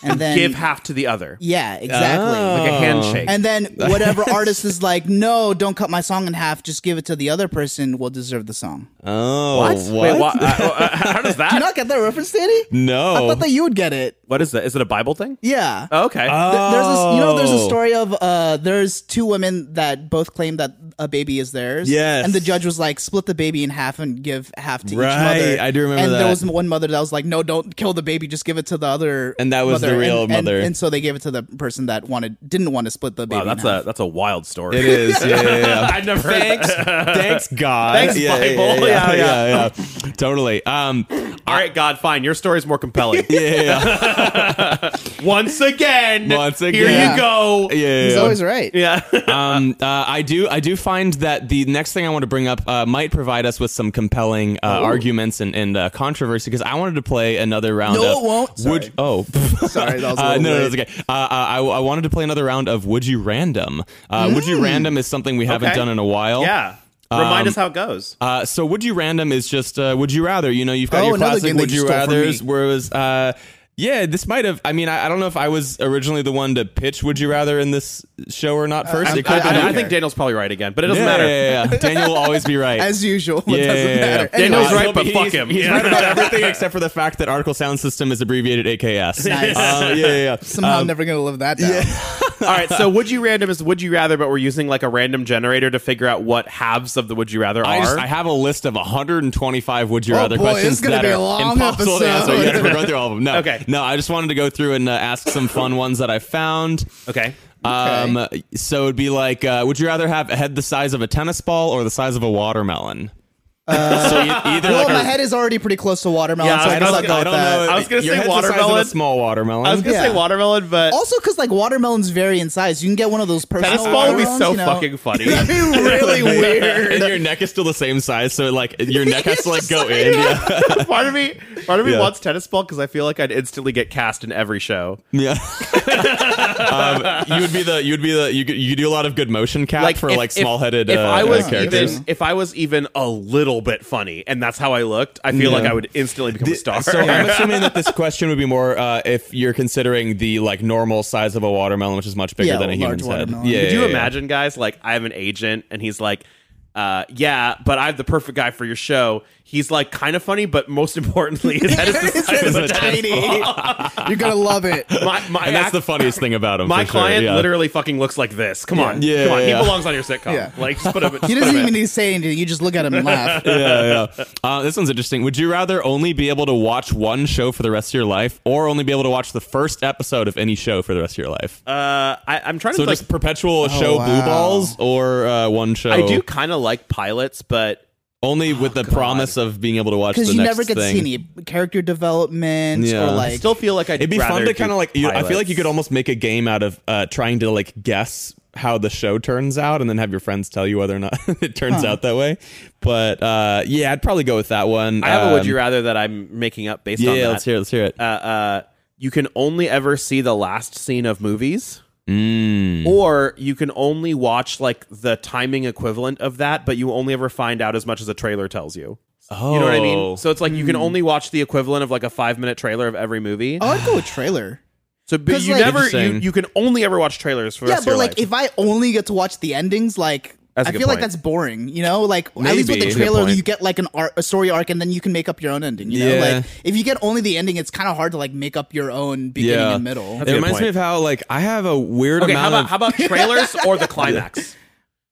Speaker 4: and then
Speaker 3: Give Oh. half to the other,
Speaker 4: Yeah, exactly.
Speaker 3: like a handshake.
Speaker 4: And then whatever artist is like, no, don't cut my song in half. Just give it to the other person. Will deserve the song.
Speaker 2: Oh,
Speaker 3: what?
Speaker 2: what?
Speaker 3: Wait, wha- uh, uh, how does that?
Speaker 4: Do you not get that reference, Danny?
Speaker 2: No.
Speaker 4: I thought that you would get it.
Speaker 3: what is that? Is it a Bible thing?
Speaker 4: Yeah.
Speaker 3: Oh, okay.
Speaker 4: Th- There's this, you know, there's a
Speaker 2: Oh.
Speaker 4: story of uh, there's two women that both claim that a baby is theirs.
Speaker 2: Yes.
Speaker 4: And the judge was like, split the baby in half and give half to each
Speaker 2: Right,
Speaker 4: mother.
Speaker 2: I do remember
Speaker 4: And there
Speaker 2: that.
Speaker 4: was one mother that was like, no, don't kill the baby, just give it to the other.
Speaker 2: And that was the
Speaker 4: mother.
Speaker 2: real
Speaker 4: And- and-
Speaker 2: mother.
Speaker 4: And, so they gave it to the person that wanted didn't want to split the baby.
Speaker 3: wow,
Speaker 4: in
Speaker 3: that's
Speaker 4: half.
Speaker 3: a that's a wild story.
Speaker 2: It is. Yeah. yeah, yeah.
Speaker 3: I never heard
Speaker 2: Thanks,
Speaker 3: that.
Speaker 2: thanks God.
Speaker 3: Thanks,
Speaker 2: yeah, Yeah,
Speaker 3: Bible.
Speaker 2: yeah,
Speaker 3: Yeah,
Speaker 2: yeah, yeah. Totally. Um,
Speaker 3: All right, God, fine. Your story's more compelling.
Speaker 2: yeah, yeah,
Speaker 3: Once again,
Speaker 2: Once
Speaker 3: here you
Speaker 2: again.
Speaker 3: go.
Speaker 2: yeah, yeah.
Speaker 4: He's
Speaker 2: yeah.
Speaker 4: always right.
Speaker 3: yeah.
Speaker 2: um, uh, I do. I do find that the next thing I want to bring up uh, might provide us with some compelling uh, arguments and, and uh, controversy because I wanted to play another round.
Speaker 4: No,
Speaker 2: of,
Speaker 4: it won't.
Speaker 2: Would oh,
Speaker 4: Sorry, that was a
Speaker 2: uh, no,
Speaker 4: little
Speaker 2: no,
Speaker 4: late.
Speaker 2: that's okay. Uh, uh, I, I wanted to play another round of Would You Random. Uh, Would You Random is something we haven't
Speaker 3: Okay.
Speaker 2: done in a while.
Speaker 3: Yeah. Remind
Speaker 2: Um,
Speaker 3: us how it goes.
Speaker 2: Uh, so would you random is just uh, would you rather? You know, you've got
Speaker 4: Oh,
Speaker 2: your
Speaker 4: another
Speaker 2: classic
Speaker 4: game that
Speaker 2: would
Speaker 4: you
Speaker 2: you
Speaker 4: stole from
Speaker 2: rather's,
Speaker 4: me.
Speaker 2: where it was. Uh, yeah, this might have. I mean, I, I don't know if I was originally the one to pitch "Would You Rather" in this show or
Speaker 4: Uh,
Speaker 2: not. First, it
Speaker 3: I,
Speaker 2: could have been.
Speaker 3: I- I
Speaker 2: me.
Speaker 3: think Daniel's probably right again, but it doesn't
Speaker 2: yeah,
Speaker 3: matter.
Speaker 2: yeah, yeah, yeah. Daniel will always be right.
Speaker 4: As usual, it
Speaker 2: yeah,
Speaker 4: doesn't
Speaker 2: yeah, Um, yeah.
Speaker 4: matter.
Speaker 3: Daniel's
Speaker 4: Anyways,
Speaker 3: right,
Speaker 2: he'll
Speaker 3: but
Speaker 2: be-
Speaker 3: fuck
Speaker 2: he's-
Speaker 3: him.
Speaker 2: He's
Speaker 3: Yeah.
Speaker 2: right about everything except for the fact that article sound system is abbreviated AKS.
Speaker 4: Nice.
Speaker 2: Uh, yeah, yeah, yeah.
Speaker 4: Somehow I'm never gonna live that down.
Speaker 3: All right, so would you random is would you rather, but we're using like a random generator to figure out what halves of the would you rather
Speaker 2: I,
Speaker 3: are.
Speaker 2: just, I have a list of 125 would you
Speaker 4: Oh,
Speaker 2: rather
Speaker 4: boy,
Speaker 2: questions
Speaker 4: it's gonna
Speaker 2: that
Speaker 4: be a
Speaker 2: are
Speaker 4: long
Speaker 2: impossible to answer.
Speaker 4: episode.
Speaker 2: Yes, we're going through all of them. No,
Speaker 3: Okay.
Speaker 2: no, I just wanted to go through and uh, ask some fun ones that I found.
Speaker 3: okay.
Speaker 2: Um, so it'd be like, uh, would you rather have a head the size of a tennis ball or the size of a watermelon? so you, either
Speaker 4: Well,
Speaker 2: like
Speaker 4: my
Speaker 2: a-
Speaker 4: head is already pretty close to watermelon,
Speaker 3: Yeah,
Speaker 4: so I,
Speaker 3: I
Speaker 4: guess
Speaker 3: was
Speaker 4: I'll
Speaker 3: gonna-
Speaker 4: go
Speaker 3: I
Speaker 4: with
Speaker 2: don't
Speaker 4: that.
Speaker 2: know.
Speaker 3: I was gonna
Speaker 2: Your
Speaker 3: say
Speaker 2: head's the size of a
Speaker 3: watermelon.
Speaker 2: small watermelon.
Speaker 3: I was gonna
Speaker 4: Yeah.
Speaker 3: say watermelon, but
Speaker 4: Also, because like watermelons vary in size, you can get one of those personal.
Speaker 3: tennis ball would be
Speaker 4: watermelons,
Speaker 3: so
Speaker 4: you know?
Speaker 3: fucking funny.
Speaker 5: That'd be really weird.
Speaker 2: and your neck is still the same size, so like your neck has to like go in. Yeah.
Speaker 3: part of me, part of me
Speaker 2: Yeah.
Speaker 3: wants tennis ball because I feel like I'd instantly get cast in every show.
Speaker 2: Yeah. um, you would be the you would be the you could- you do a lot of good motion cap for
Speaker 3: if-
Speaker 2: like
Speaker 3: if-
Speaker 2: small headed
Speaker 3: If
Speaker 2: uh,
Speaker 3: I
Speaker 2: uh,
Speaker 3: was
Speaker 2: characters.
Speaker 3: even, if I was even a little bit funny, and that's how I looked, I feel
Speaker 2: Yeah.
Speaker 3: like I would instantly become a star.
Speaker 2: So I'm assuming that this question would be more uh, if you're considering the like normal size of a watermelon, which is much bigger
Speaker 4: Yeah,
Speaker 2: than a
Speaker 4: large
Speaker 2: human's head.
Speaker 4: watermelon.
Speaker 2: Yeah,
Speaker 3: Could you
Speaker 2: yeah, yeah.
Speaker 3: imagine, guys? Like, I have an agent, and he's like, uh, "Yeah, but I have the perfect guy for your show." He's like, kind of funny, but most importantly, his head is the
Speaker 5: It's
Speaker 3: size of a
Speaker 5: just
Speaker 3: tennis
Speaker 5: tiny. You're gonna love it.
Speaker 3: ball. My, my,
Speaker 2: And that's
Speaker 3: act-
Speaker 2: the funniest thing about him.
Speaker 3: my
Speaker 2: for sure,
Speaker 3: client
Speaker 2: yeah.
Speaker 3: literally fucking looks like this. Come on,
Speaker 2: Yeah,
Speaker 3: come on,
Speaker 2: yeah.
Speaker 3: he belongs on your sitcom.
Speaker 5: Yeah.
Speaker 3: Like, just put him.
Speaker 4: He doesn't even need to say anything. You just look at him and laugh.
Speaker 2: yeah, yeah. Uh, this one's interesting. Would you rather only be able to watch one show for the rest of your life, or only be able to watch the first episode of any show for the rest of your life?
Speaker 3: Uh, I, I'm trying
Speaker 2: so
Speaker 3: to. think.
Speaker 2: just perpetual show blue
Speaker 4: oh, wow.
Speaker 2: balls, or uh, one show.
Speaker 3: I do kind of like pilots, but
Speaker 2: only with the promise of being able to watch the
Speaker 4: Oh, because
Speaker 2: next
Speaker 4: you never get
Speaker 2: thing.
Speaker 4: to see any character development
Speaker 2: Yeah.
Speaker 4: or like.
Speaker 3: I still feel like I'd
Speaker 2: It'd be
Speaker 3: rather
Speaker 2: fun to
Speaker 3: do
Speaker 2: kind of like. You, I feel like
Speaker 3: pilots.
Speaker 2: you could almost make a game out of uh, trying to like guess how the show turns out, and then have your friends tell you whether or not it turns out that way. But uh, yeah, I'd probably go with that one.
Speaker 3: I have a would
Speaker 2: Um,
Speaker 3: you rather that I'm making up based
Speaker 2: Yeah,
Speaker 3: on that.
Speaker 2: let's hear. It, let's hear it.
Speaker 3: Uh, uh, you can only ever see the last scene of movies, Mm. or you can only watch like the timing equivalent of that, but you only ever find out as much as a trailer tells you. You know what I
Speaker 2: Oh.
Speaker 3: mean? So it's like you can only watch the equivalent of like a five minute trailer of every movie.
Speaker 4: Hmm. oh, I'd go with trailer.
Speaker 3: so but
Speaker 4: 'cause,
Speaker 3: you
Speaker 4: like-
Speaker 3: never you,
Speaker 2: Interesting.
Speaker 3: you can only ever watch trailers for the
Speaker 4: Yeah,
Speaker 3: rest
Speaker 4: but
Speaker 3: of your
Speaker 4: like
Speaker 3: life.
Speaker 4: if I only get to watch the endings, like
Speaker 3: That's a
Speaker 4: I
Speaker 3: good
Speaker 4: feel like
Speaker 3: point.
Speaker 4: that's boring. You know, like at least with
Speaker 2: Maybe.
Speaker 4: the
Speaker 2: That's a good
Speaker 4: trailer,
Speaker 2: point.
Speaker 4: you get like an art, a story arc, and then you can make up your own ending. You know,
Speaker 2: Yeah.
Speaker 4: like if you get only the ending, it's kind of hard to like make up your own beginning
Speaker 2: yeah,
Speaker 4: and middle.
Speaker 2: It reminds
Speaker 3: point.
Speaker 2: me of how like I have a weird
Speaker 3: okay,
Speaker 2: amount
Speaker 3: how about
Speaker 2: of.
Speaker 3: how about trailers or the climax?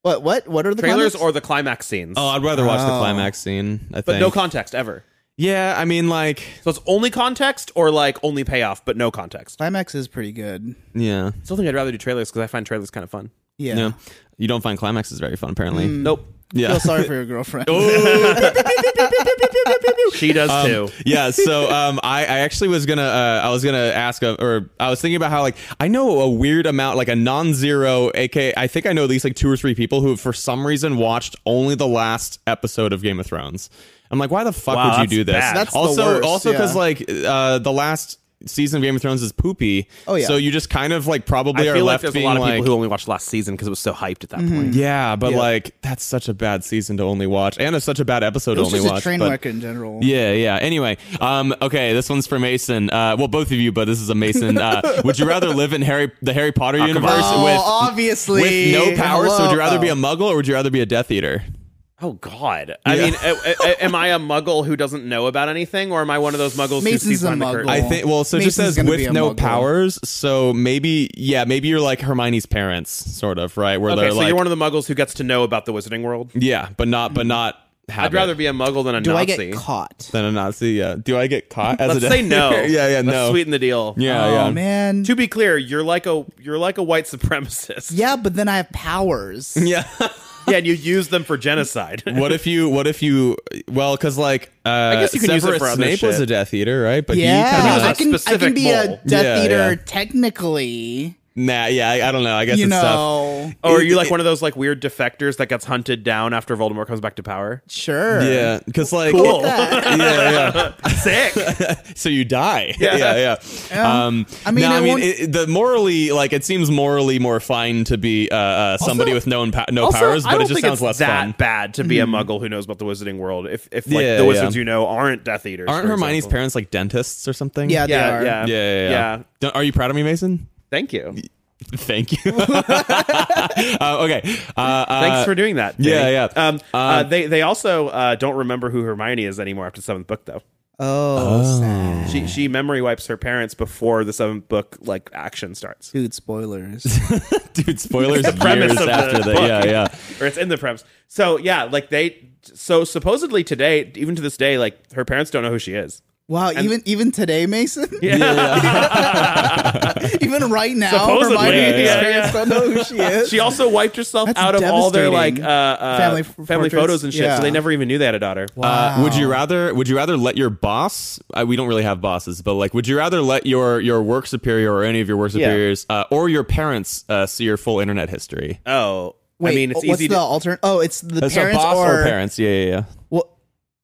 Speaker 4: What? What? What are the
Speaker 3: trailers
Speaker 4: comments?
Speaker 3: or the climax scenes?
Speaker 2: oh, I'd rather watch the
Speaker 4: Oh.
Speaker 2: climax scene. I think.
Speaker 3: but no context ever.
Speaker 2: yeah, I mean, like,
Speaker 3: So it's only context or like only payoff, but no context.
Speaker 4: climax is pretty good.
Speaker 2: yeah,
Speaker 3: Still think I'd rather do trailers because I find trailers kind of fun.
Speaker 4: Yeah.
Speaker 2: no, you don't find climaxes very fun, apparently.
Speaker 3: Nope.
Speaker 2: Yeah.
Speaker 4: Feel sorry for your girlfriend.
Speaker 3: She does too.
Speaker 2: yeah so um i i actually was gonna uh, i was gonna ask uh or i was thinking about how like i know a weird amount like a non-zero aka i think i know at least like two or three people who for some reason watched only the last episode of game of thrones i'm like why the fuck
Speaker 3: Wow,
Speaker 2: would you
Speaker 3: that's
Speaker 2: do this
Speaker 3: bad. That's
Speaker 4: the
Speaker 2: also
Speaker 4: worst,
Speaker 2: also because
Speaker 4: yeah.
Speaker 2: like uh the last season of game of thrones is poopy
Speaker 4: Oh, yeah.
Speaker 2: so you just kind of like
Speaker 3: I
Speaker 2: probably are
Speaker 3: feel like
Speaker 2: left
Speaker 3: there's a
Speaker 2: being
Speaker 3: lot of
Speaker 2: like
Speaker 3: people who only watched last season because it was so hyped at that
Speaker 2: Mm-hmm.
Speaker 3: point.
Speaker 2: yeah but
Speaker 4: Yeah.
Speaker 2: like that's such a bad season to only watch and it's such a bad episode
Speaker 4: it was
Speaker 2: to only
Speaker 4: just a
Speaker 2: watch
Speaker 4: train
Speaker 2: but-
Speaker 4: wreck in general.
Speaker 2: Yeah, yeah. Anyway, um, okay, this one's for Mason. Uh, well, both of you, but this is a Mason. Uh, would you rather live in Harry the Harry Potter
Speaker 3: Ah,
Speaker 2: universe
Speaker 4: Oh,
Speaker 2: with
Speaker 4: obviously,
Speaker 2: with no powers? So would you rather
Speaker 4: Hello.
Speaker 2: be a Muggle or would you rather be a Death Eater?
Speaker 3: Oh God! I
Speaker 2: Yeah.
Speaker 3: mean, a, a- a- am I a muggle who doesn't know about anything, or am I one of those muggles
Speaker 4: Mason's
Speaker 3: who sees
Speaker 4: a
Speaker 3: behind the
Speaker 4: muggle.
Speaker 3: curtain?
Speaker 2: I think. Well, so it
Speaker 4: Mason's
Speaker 2: just says
Speaker 4: gonna be
Speaker 2: with
Speaker 4: a
Speaker 2: no
Speaker 4: Muggle.
Speaker 2: powers. So maybe, yeah, maybe you're like Hermione's parents, sort of, right? Where
Speaker 3: okay,
Speaker 2: they're
Speaker 3: so
Speaker 2: like,
Speaker 3: you're one of the muggles who gets to know about the Wizarding world.
Speaker 2: yeah, but not, but not. Have
Speaker 3: I'd rather
Speaker 2: it.
Speaker 3: be a muggle than a
Speaker 4: oh. Do I
Speaker 3: Nazi.
Speaker 4: get caught?
Speaker 2: than a Nazi. Yeah. Do I get caught as a
Speaker 3: Let's
Speaker 2: Death
Speaker 3: say no.
Speaker 2: Eater? yeah, yeah,
Speaker 3: Let's
Speaker 2: no.
Speaker 3: Sweeten the deal. Um,
Speaker 2: yeah,
Speaker 4: oh
Speaker 2: uh, yeah.
Speaker 4: man.
Speaker 3: To be clear, you're like a you're like a white supremacist.
Speaker 4: yeah, but then I have powers.
Speaker 2: Yeah.
Speaker 3: yeah, and you use them for genocide.
Speaker 2: what if you? What if you? Well, because like uh, I
Speaker 3: guess you can use it
Speaker 2: Severus
Speaker 3: for other
Speaker 2: Snape
Speaker 3: shit.
Speaker 2: was a Death Eater, right? But
Speaker 4: Yeah,
Speaker 2: he
Speaker 3: was
Speaker 2: kind
Speaker 3: a
Speaker 4: I can I
Speaker 3: specific
Speaker 4: can be
Speaker 3: mole.
Speaker 4: a Death
Speaker 2: Yeah,
Speaker 4: Eater
Speaker 2: yeah.
Speaker 4: technically.
Speaker 2: nah, yeah. I, I don't know. I guess
Speaker 4: You
Speaker 2: it's
Speaker 4: know,
Speaker 3: Or are
Speaker 2: It-
Speaker 3: you like
Speaker 2: it-
Speaker 3: one of those like weird defectors that gets hunted down after Voldemort comes back to power?
Speaker 4: sure.
Speaker 2: tough. Yeah, because like
Speaker 3: Cool.
Speaker 4: That-
Speaker 2: yeah, yeah.
Speaker 3: Sick.
Speaker 2: So you die.
Speaker 3: Yeah.
Speaker 2: yeah, yeah. Um,
Speaker 4: I mean,
Speaker 2: no,
Speaker 4: I
Speaker 2: I mean,
Speaker 4: won't-
Speaker 2: it, the morally, like, it seems morally more fine to be uh, uh, somebody
Speaker 3: Also-
Speaker 2: with no impa- no
Speaker 3: also,
Speaker 2: powers,
Speaker 3: I
Speaker 2: but
Speaker 3: don't
Speaker 2: it just
Speaker 3: think
Speaker 2: sounds
Speaker 3: it's
Speaker 2: less
Speaker 3: that
Speaker 2: fun.
Speaker 3: bad to be a muggle who knows about the wizarding world. If if like
Speaker 2: Yeah,
Speaker 3: the wizards
Speaker 2: yeah.
Speaker 3: you know aren't Death Eaters,
Speaker 2: Aren't
Speaker 3: for
Speaker 2: Hermione's
Speaker 3: example.
Speaker 2: parents like dentists or something?
Speaker 4: Yeah, they
Speaker 3: Yeah,
Speaker 4: are.
Speaker 3: yeah,
Speaker 2: yeah, yeah. yeah. Don't- Are you proud of me, Mason?
Speaker 3: Thank you.
Speaker 2: Thank you. uh, okay. Uh, uh,
Speaker 3: Thanks for doing that.
Speaker 2: yeah,
Speaker 3: Danny.
Speaker 2: yeah.
Speaker 3: Um, uh, they they also uh, don't remember who Hermione is anymore after the seventh book, though.
Speaker 4: Oh, sad.
Speaker 3: She she memory wipes her parents before the seventh book like action starts,
Speaker 4: dude, spoilers.
Speaker 2: dude spoilers
Speaker 3: premise
Speaker 2: years
Speaker 3: of the
Speaker 2: after that
Speaker 3: book.
Speaker 2: yeah yeah
Speaker 3: or it's in the premise. So yeah, like they so supposedly today, even to this day, like her parents don't know who she is.
Speaker 4: Wow, even even today, Mason. even right now,
Speaker 3: Supposedly,
Speaker 4: Hermione
Speaker 3: yeah, yeah,
Speaker 4: parents don't know who she is.
Speaker 3: She also wiped herself
Speaker 4: That's
Speaker 3: out of all their like uh,
Speaker 4: devastating.
Speaker 3: uh,
Speaker 4: Family
Speaker 3: family
Speaker 4: f-
Speaker 3: family
Speaker 4: portraits.
Speaker 3: photos and shit.
Speaker 4: Yeah.
Speaker 3: So they never even knew they had a daughter.
Speaker 2: Uh, would you rather? Would you rather let your boss? Uh, we don't really have bosses, but like, would you rather let your your work superior or any of your work superiors uh, or your parents uh, see your full internet history?
Speaker 3: Oh,
Speaker 4: Wait,
Speaker 3: I mean, it's
Speaker 4: what's
Speaker 3: easy.
Speaker 4: the
Speaker 3: To,
Speaker 4: alternate? Oh, it's the
Speaker 2: That's
Speaker 4: parents
Speaker 2: a boss
Speaker 4: or,
Speaker 2: or parents? Yeah, yeah, yeah.
Speaker 4: Well,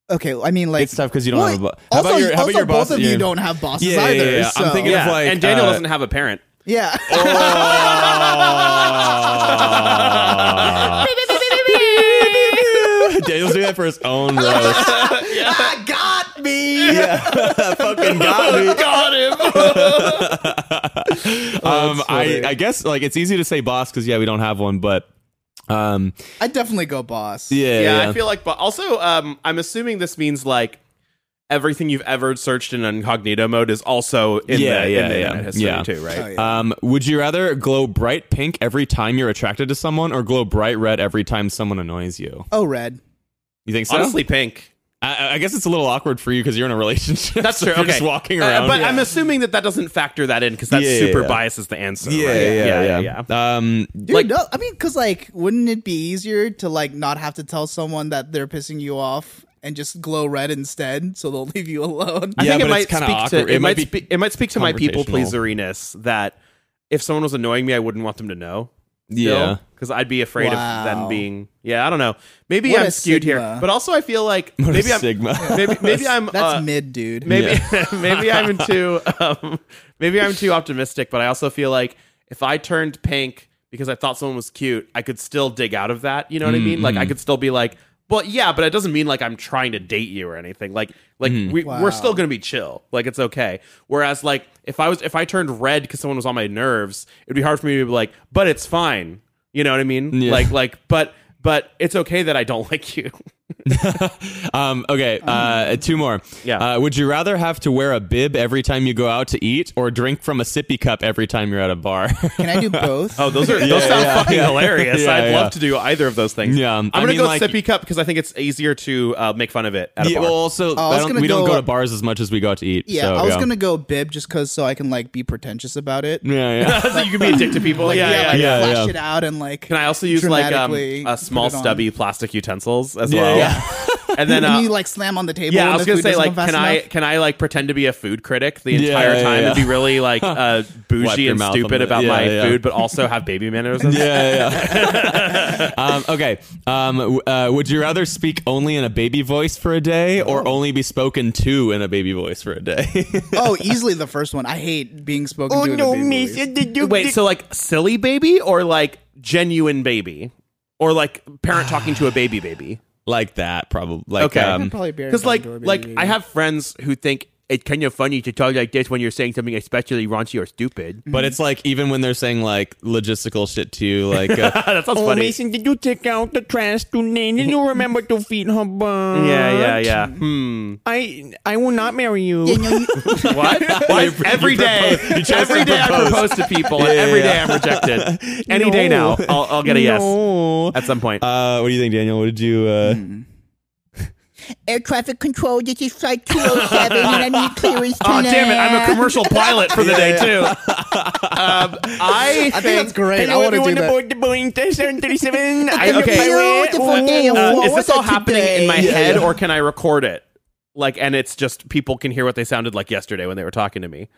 Speaker 4: okay, I mean, like
Speaker 2: It's tough 'cause you don't have a bo- How
Speaker 4: also,
Speaker 2: about your- how about
Speaker 4: also
Speaker 2: your boss
Speaker 4: both of
Speaker 2: that
Speaker 4: you
Speaker 2: you-
Speaker 4: don't have bosses
Speaker 2: Yeah, yeah,
Speaker 4: either.
Speaker 2: yeah, yeah.
Speaker 4: So.
Speaker 2: I'm thinking
Speaker 3: yeah,
Speaker 2: of like,
Speaker 3: and Daniel
Speaker 2: uh,
Speaker 3: doesn't have a parent.
Speaker 4: yeah. Oh,
Speaker 2: Daniel's doing that for his own roast.
Speaker 4: Ah, got me.
Speaker 2: Fucking got me.
Speaker 3: Got him.
Speaker 2: Um, I, I guess like it's easy to say boss because yeah, we don't have one, but um,
Speaker 4: I definitely go boss.
Speaker 2: yeah,
Speaker 3: yeah,
Speaker 2: yeah.
Speaker 3: I feel like, but also, um, I'm assuming this means like everything you've ever searched in incognito mode is also in
Speaker 2: Yeah,
Speaker 3: the,
Speaker 2: yeah,
Speaker 3: in the
Speaker 2: yeah.
Speaker 3: internet history
Speaker 2: Yeah.
Speaker 3: too, right?
Speaker 4: Oh, yeah.
Speaker 2: Um, would you rather glow bright pink every time you're attracted to someone, or glow bright red every time someone annoys you?
Speaker 4: Oh, red.
Speaker 2: You think so?
Speaker 3: Honestly, pink.
Speaker 2: I, I guess it's a little awkward for you because you're in a relationship.
Speaker 3: That's
Speaker 2: so
Speaker 3: true.
Speaker 2: You're
Speaker 3: okay,
Speaker 2: just walking
Speaker 3: Uh,
Speaker 2: around.
Speaker 3: but I'm assuming that that doesn't factor that in because that
Speaker 2: Yeah, yeah,
Speaker 3: super
Speaker 2: yeah.
Speaker 3: biases the answer.
Speaker 2: yeah,
Speaker 3: right?
Speaker 2: yeah, yeah, Um,
Speaker 4: Dude,
Speaker 2: like,
Speaker 4: no, I mean, because like, wouldn't it be easier to like not have to tell someone that they're pissing you off and just glow red instead, so they'll leave you alone?
Speaker 3: I
Speaker 2: Yeah,
Speaker 3: think
Speaker 2: but
Speaker 3: it might
Speaker 2: it's kinda
Speaker 3: speak
Speaker 2: awkward.
Speaker 3: to it,
Speaker 2: It might
Speaker 3: might
Speaker 2: be
Speaker 3: speak, it might speak to my people
Speaker 2: confrontational.
Speaker 3: pleaseriness that if someone was annoying me, I wouldn't want them to know.
Speaker 2: Yeah.
Speaker 3: because I'd be afraid
Speaker 4: Wow.
Speaker 3: of them being. Yeah, I don't know. Maybe
Speaker 4: What
Speaker 3: I'm
Speaker 4: a
Speaker 3: skewed here,
Speaker 4: sigma.
Speaker 3: but also I feel like
Speaker 2: a
Speaker 3: maybe I'm
Speaker 2: sigma.
Speaker 3: maybe maybe I'm
Speaker 4: That's
Speaker 3: uh,
Speaker 4: mid, dude.
Speaker 3: maybe maybe I'm too um, maybe I'm too optimistic, but I also feel like if I turned pink because I thought someone was cute, I could still dig out of that. You know what I mean? Like I could still be like, well, yeah, but it doesn't mean like I'm trying to date you or anything. Like like we, we're still gonna be chill. Like it's okay. Whereas like if I was if I turned red because someone was on my nerves, it'd be hard for me to be like, but it's fine. You know what I mean?
Speaker 2: Yeah.
Speaker 3: Like like but but it's okay that I don't like you.
Speaker 2: um, okay, uh, two more.
Speaker 3: Yeah.
Speaker 2: Uh, would you rather have to wear a bib every time you go out to eat, or drink from a sippy cup every time you're at a bar?
Speaker 4: Can I do both?
Speaker 3: Oh, those are those sound fucking hilarious.
Speaker 2: Yeah,
Speaker 3: I'd
Speaker 2: yeah.
Speaker 3: love to do either of those things.
Speaker 2: Yeah,
Speaker 3: I'm
Speaker 2: I
Speaker 3: gonna
Speaker 2: mean,
Speaker 3: go
Speaker 2: like-
Speaker 3: sippy cup because I think it's easier to uh, make fun of it at a
Speaker 2: yeah,
Speaker 3: bar.
Speaker 2: well, also,
Speaker 4: Oh, I was
Speaker 2: I don't,
Speaker 4: gonna
Speaker 2: we don't
Speaker 4: go-
Speaker 2: go to bars as much as we go out to eat.
Speaker 4: yeah,
Speaker 2: so,
Speaker 4: I was
Speaker 2: yeah.
Speaker 4: gonna go bib just cause so I can like be pretentious about it.
Speaker 2: Yeah, yeah.
Speaker 3: so you can be a dick to people. yeah, yeah,
Speaker 4: like,
Speaker 3: yeah.
Speaker 2: yeah,
Speaker 4: flash
Speaker 2: yeah.
Speaker 4: it out and like.
Speaker 3: Can I also use like um,
Speaker 4: dramatically
Speaker 3: a
Speaker 4: put
Speaker 3: small
Speaker 4: it on?
Speaker 3: stubby plastic utensils as
Speaker 2: Yeah,
Speaker 3: well?
Speaker 2: yeah.
Speaker 3: and then
Speaker 4: Can
Speaker 3: uh,
Speaker 4: you like slam on the table?
Speaker 3: yeah,
Speaker 4: when
Speaker 3: I was
Speaker 4: the
Speaker 3: gonna
Speaker 4: food
Speaker 3: say
Speaker 4: doesn't
Speaker 3: like,
Speaker 4: come fast
Speaker 3: can I
Speaker 4: enough?
Speaker 3: can I like pretend to be a food critic the
Speaker 2: Yeah,
Speaker 3: entire
Speaker 2: yeah,
Speaker 3: time and
Speaker 2: yeah.
Speaker 3: be really like uh,
Speaker 2: Wipe
Speaker 3: bougie
Speaker 2: your
Speaker 3: and
Speaker 2: mouth
Speaker 3: stupid
Speaker 2: on it.
Speaker 3: about
Speaker 2: Yeah,
Speaker 3: my
Speaker 2: yeah.
Speaker 3: food, but also have baby mannerisms?
Speaker 2: yeah, yeah. um, okay. Um, w- uh, would you rather speak only in a baby voice for a day, or
Speaker 3: Oh.
Speaker 2: only be spoken to in a baby voice for a day?
Speaker 4: Oh, easily the first one. I hate being spoken
Speaker 6: Oh,
Speaker 4: to. in a baby voice.
Speaker 3: Wait, so like silly baby or like genuine baby or like parent talking to a baby baby?
Speaker 2: like that, probably. Like,
Speaker 3: Okay.
Speaker 2: um,
Speaker 4: Probably bear
Speaker 3: Because
Speaker 4: down
Speaker 3: like
Speaker 4: door, baby,
Speaker 3: like
Speaker 4: baby.
Speaker 3: I have friends who think it's kind of funny to talk like this when you're saying something especially raunchy or stupid.
Speaker 2: but it's like even when they're saying like logistical shit to you, like uh,
Speaker 3: that sounds funny.
Speaker 7: did you take out the trash today? Did you remember to feed her bird?
Speaker 3: Yeah, yeah, yeah. Hmm.
Speaker 7: I I will not marry you.
Speaker 4: Yeah, no, you-
Speaker 3: What? What? Every day, every day I propose to people, and every day I'm rejected. Any day now, I'll, I'll get a yes
Speaker 7: No.
Speaker 3: at some point.
Speaker 2: uh, what do you think, Daniel? What did you? Uh,
Speaker 6: Air traffic control, this is flight 207, and I need clearance to
Speaker 3: oh damn it! I'm a
Speaker 6: land.
Speaker 3: commercial pilot for the day too. Um, I
Speaker 4: I think that's great. I
Speaker 7: Hello,
Speaker 4: want to do
Speaker 7: everyone
Speaker 4: that.
Speaker 7: aboard the Boeing 737. I
Speaker 3: I-
Speaker 7: am a
Speaker 3: okay.
Speaker 7: pirate.
Speaker 6: Beautiful day of
Speaker 7: Ooh.
Speaker 3: Uh, is
Speaker 6: What
Speaker 3: this
Speaker 6: was
Speaker 3: all
Speaker 6: it
Speaker 3: happening in my
Speaker 6: today?
Speaker 3: head, or can I record it? Like, and it's just people can hear what they sounded like yesterday when they were talking to me.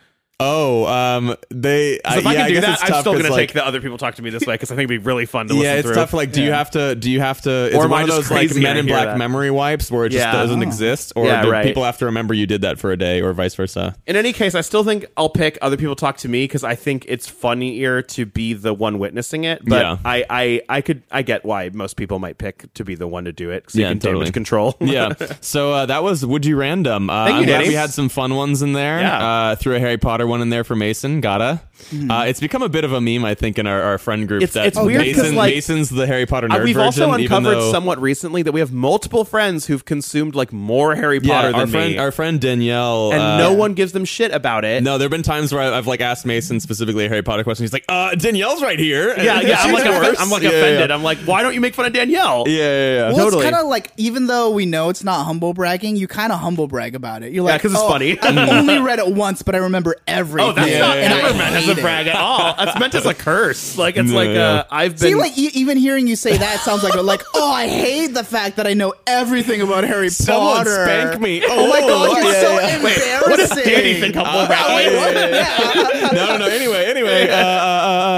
Speaker 2: oh, um, they. I,
Speaker 3: 'Cause if
Speaker 2: yeah,
Speaker 3: I can do
Speaker 2: guess
Speaker 3: that,
Speaker 2: it's
Speaker 3: I'm
Speaker 2: tough
Speaker 3: still
Speaker 2: 'cause,
Speaker 3: going to
Speaker 2: like,
Speaker 3: take the other people talk to me this way because I think it'd be really fun to
Speaker 2: yeah,
Speaker 3: listen
Speaker 2: it's
Speaker 3: through.
Speaker 2: tough. Like, do you have to? Do you have to? It's
Speaker 3: Or am
Speaker 2: one
Speaker 3: I
Speaker 2: of
Speaker 3: just
Speaker 2: those like
Speaker 3: crazy and
Speaker 2: Men
Speaker 3: I
Speaker 2: in
Speaker 3: hear
Speaker 2: Black
Speaker 3: that?
Speaker 2: memory wipes where it just
Speaker 3: Yeah.
Speaker 2: doesn't exist, or
Speaker 3: Yeah,
Speaker 2: do
Speaker 3: right.
Speaker 2: people have to remember you did that for a day, or vice versa?
Speaker 3: in any case, I still think I'll pick other people talk to me because I think it's funnier to be the one witnessing it. But
Speaker 2: Yeah.
Speaker 3: I, I, I could, I get why most people might pick to be the one to do it. 'cause
Speaker 2: Yeah,
Speaker 3: you can
Speaker 2: totally.
Speaker 3: damage control.
Speaker 2: yeah. So uh, that was Would You Random. Uh,
Speaker 3: Thank you,
Speaker 2: I'm glad
Speaker 3: Danny.
Speaker 2: we had some fun ones in there.
Speaker 3: Yeah. Hmm.
Speaker 2: Uh, through a Harry Potter one in there for Mason. Gotta. Uh, it's become a bit of a meme, I think, in our, our friend group
Speaker 3: It's-
Speaker 2: that
Speaker 3: it's weird 'cause,
Speaker 2: Mason,
Speaker 3: like,
Speaker 2: Mason's the Harry Potter
Speaker 3: Uh,
Speaker 2: nerd
Speaker 3: We've
Speaker 2: version.
Speaker 3: also
Speaker 2: even
Speaker 3: uncovered
Speaker 2: though,
Speaker 3: somewhat recently that we have multiple friends who've consumed like more Harry
Speaker 2: Yeah,
Speaker 3: Potter
Speaker 2: our
Speaker 3: than
Speaker 2: friend,
Speaker 3: me,
Speaker 2: our friend Danielle,
Speaker 3: and
Speaker 2: uh,
Speaker 3: no one gives them shit about it.
Speaker 2: No, there have been times where I- I've like asked Mason specifically a Harry Potter question. He's like, "Uh, Danielle's right here." And
Speaker 3: yeah, yeah. I'm
Speaker 2: she's
Speaker 3: like,
Speaker 2: worse.
Speaker 3: offen- I'm like
Speaker 2: Yeah, yeah,
Speaker 3: offended.
Speaker 2: Yeah,
Speaker 3: I'm like, why don't you make fun of Danielle?
Speaker 2: yeah, yeah. yeah.
Speaker 4: Well,
Speaker 3: Totally.
Speaker 4: it's kind of like even though we know it's not humble bragging, you kind of humble brag about it. You're
Speaker 3: Yeah,
Speaker 4: like,
Speaker 3: 'cause it's
Speaker 4: "Oh,
Speaker 3: funny."
Speaker 4: I've only read it once, but I remember everything.
Speaker 3: Oh, that's
Speaker 2: Yeah,
Speaker 3: not
Speaker 2: yeah, yeah.
Speaker 3: ever meant as a brag at all. That's meant as a curse. Like it's
Speaker 2: No,
Speaker 3: like
Speaker 2: yeah.
Speaker 3: uh, I've been.
Speaker 4: See, like e- even hearing you say that sounds like like oh, I hate the fact that I know everything about Harry
Speaker 2: Someone
Speaker 4: Potter.
Speaker 2: spank me! Oh,
Speaker 4: Oh my god, you're
Speaker 2: yeah,
Speaker 4: so
Speaker 2: yeah.
Speaker 4: embarrassing. Oh,
Speaker 3: what does Danny think of Will Rowley?
Speaker 2: no, no, no. Anyway, anyway. Uh, uh, uh,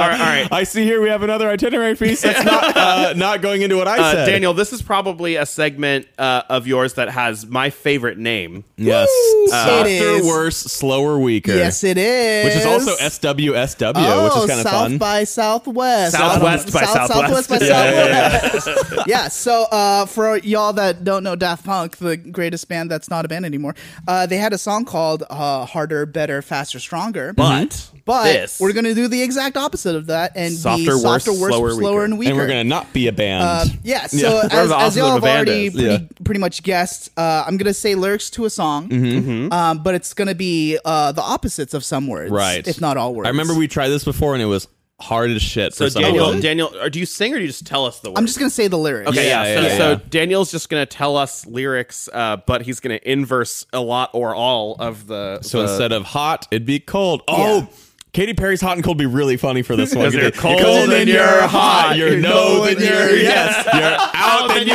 Speaker 3: All right, all right.
Speaker 2: I see here we have another itinerary piece that's not uh, not going into what I
Speaker 3: Uh,
Speaker 2: said.
Speaker 3: Daniel, this is probably a segment uh, of yours that has my favorite name.
Speaker 2: yes,
Speaker 4: It
Speaker 2: faster,
Speaker 4: is.
Speaker 2: worse, slower, weaker.
Speaker 4: Yes, it is.
Speaker 2: which is also SWSW,
Speaker 4: Oh,
Speaker 2: which is kind of
Speaker 4: South
Speaker 2: fun.
Speaker 4: by Southwest.
Speaker 3: Southwest by
Speaker 4: South,
Speaker 3: Southwest.
Speaker 4: Southwest by
Speaker 2: Yeah, yeah,
Speaker 4: Southwest. Yeah, so uh, for y'all that don't know Daft Punk, the greatest band that's not a band anymore, uh, they had a song called uh, Harder, Better, Faster, Stronger.
Speaker 3: But
Speaker 2: Mm-hmm.
Speaker 4: But
Speaker 3: this-
Speaker 4: we're going to do the exact opposite of that and
Speaker 3: Softer,
Speaker 4: be
Speaker 3: worse,
Speaker 4: softer, worse,
Speaker 3: slower,
Speaker 4: slower,
Speaker 3: weaker.
Speaker 4: and weaker.
Speaker 2: and we're gonna not be a band.
Speaker 4: Uh, yeah, so
Speaker 2: Yeah.
Speaker 3: We're
Speaker 4: as,
Speaker 3: the
Speaker 4: as
Speaker 3: opposite
Speaker 4: y'all
Speaker 3: of a
Speaker 4: have
Speaker 3: band
Speaker 4: already
Speaker 3: is.
Speaker 4: pretty,
Speaker 2: Yeah.
Speaker 4: pretty much guessed, uh, I'm going to say lyrics to a song,
Speaker 2: Mm-hmm.
Speaker 3: Mm-hmm.
Speaker 4: um, but it's going to be uh, the opposites of some words,
Speaker 2: right,
Speaker 4: if not all words.
Speaker 2: I remember we tried this before and it was hard as shit.
Speaker 3: so
Speaker 2: for some
Speaker 3: Daniel,
Speaker 2: reason.
Speaker 3: Daniel, or do you sing or do you just tell us the words?
Speaker 4: I'm just going to say the lyrics.
Speaker 3: Okay, yeah.
Speaker 2: Yeah,
Speaker 3: so,
Speaker 2: yeah, yeah,
Speaker 3: so
Speaker 2: yeah.
Speaker 3: Daniel's just gonna tell us lyrics, uh, but he's gonna inverse a lot or all of the.
Speaker 2: So instead of hot, it'd be cold. Oh, Katy Perry's hot and cold would be really funny for this one.
Speaker 3: 'Cause you're
Speaker 2: You're
Speaker 3: cold and
Speaker 2: and
Speaker 3: you're
Speaker 2: you're
Speaker 3: hot.
Speaker 2: hot. You're
Speaker 3: You're
Speaker 2: no, then you're yes. You're out, then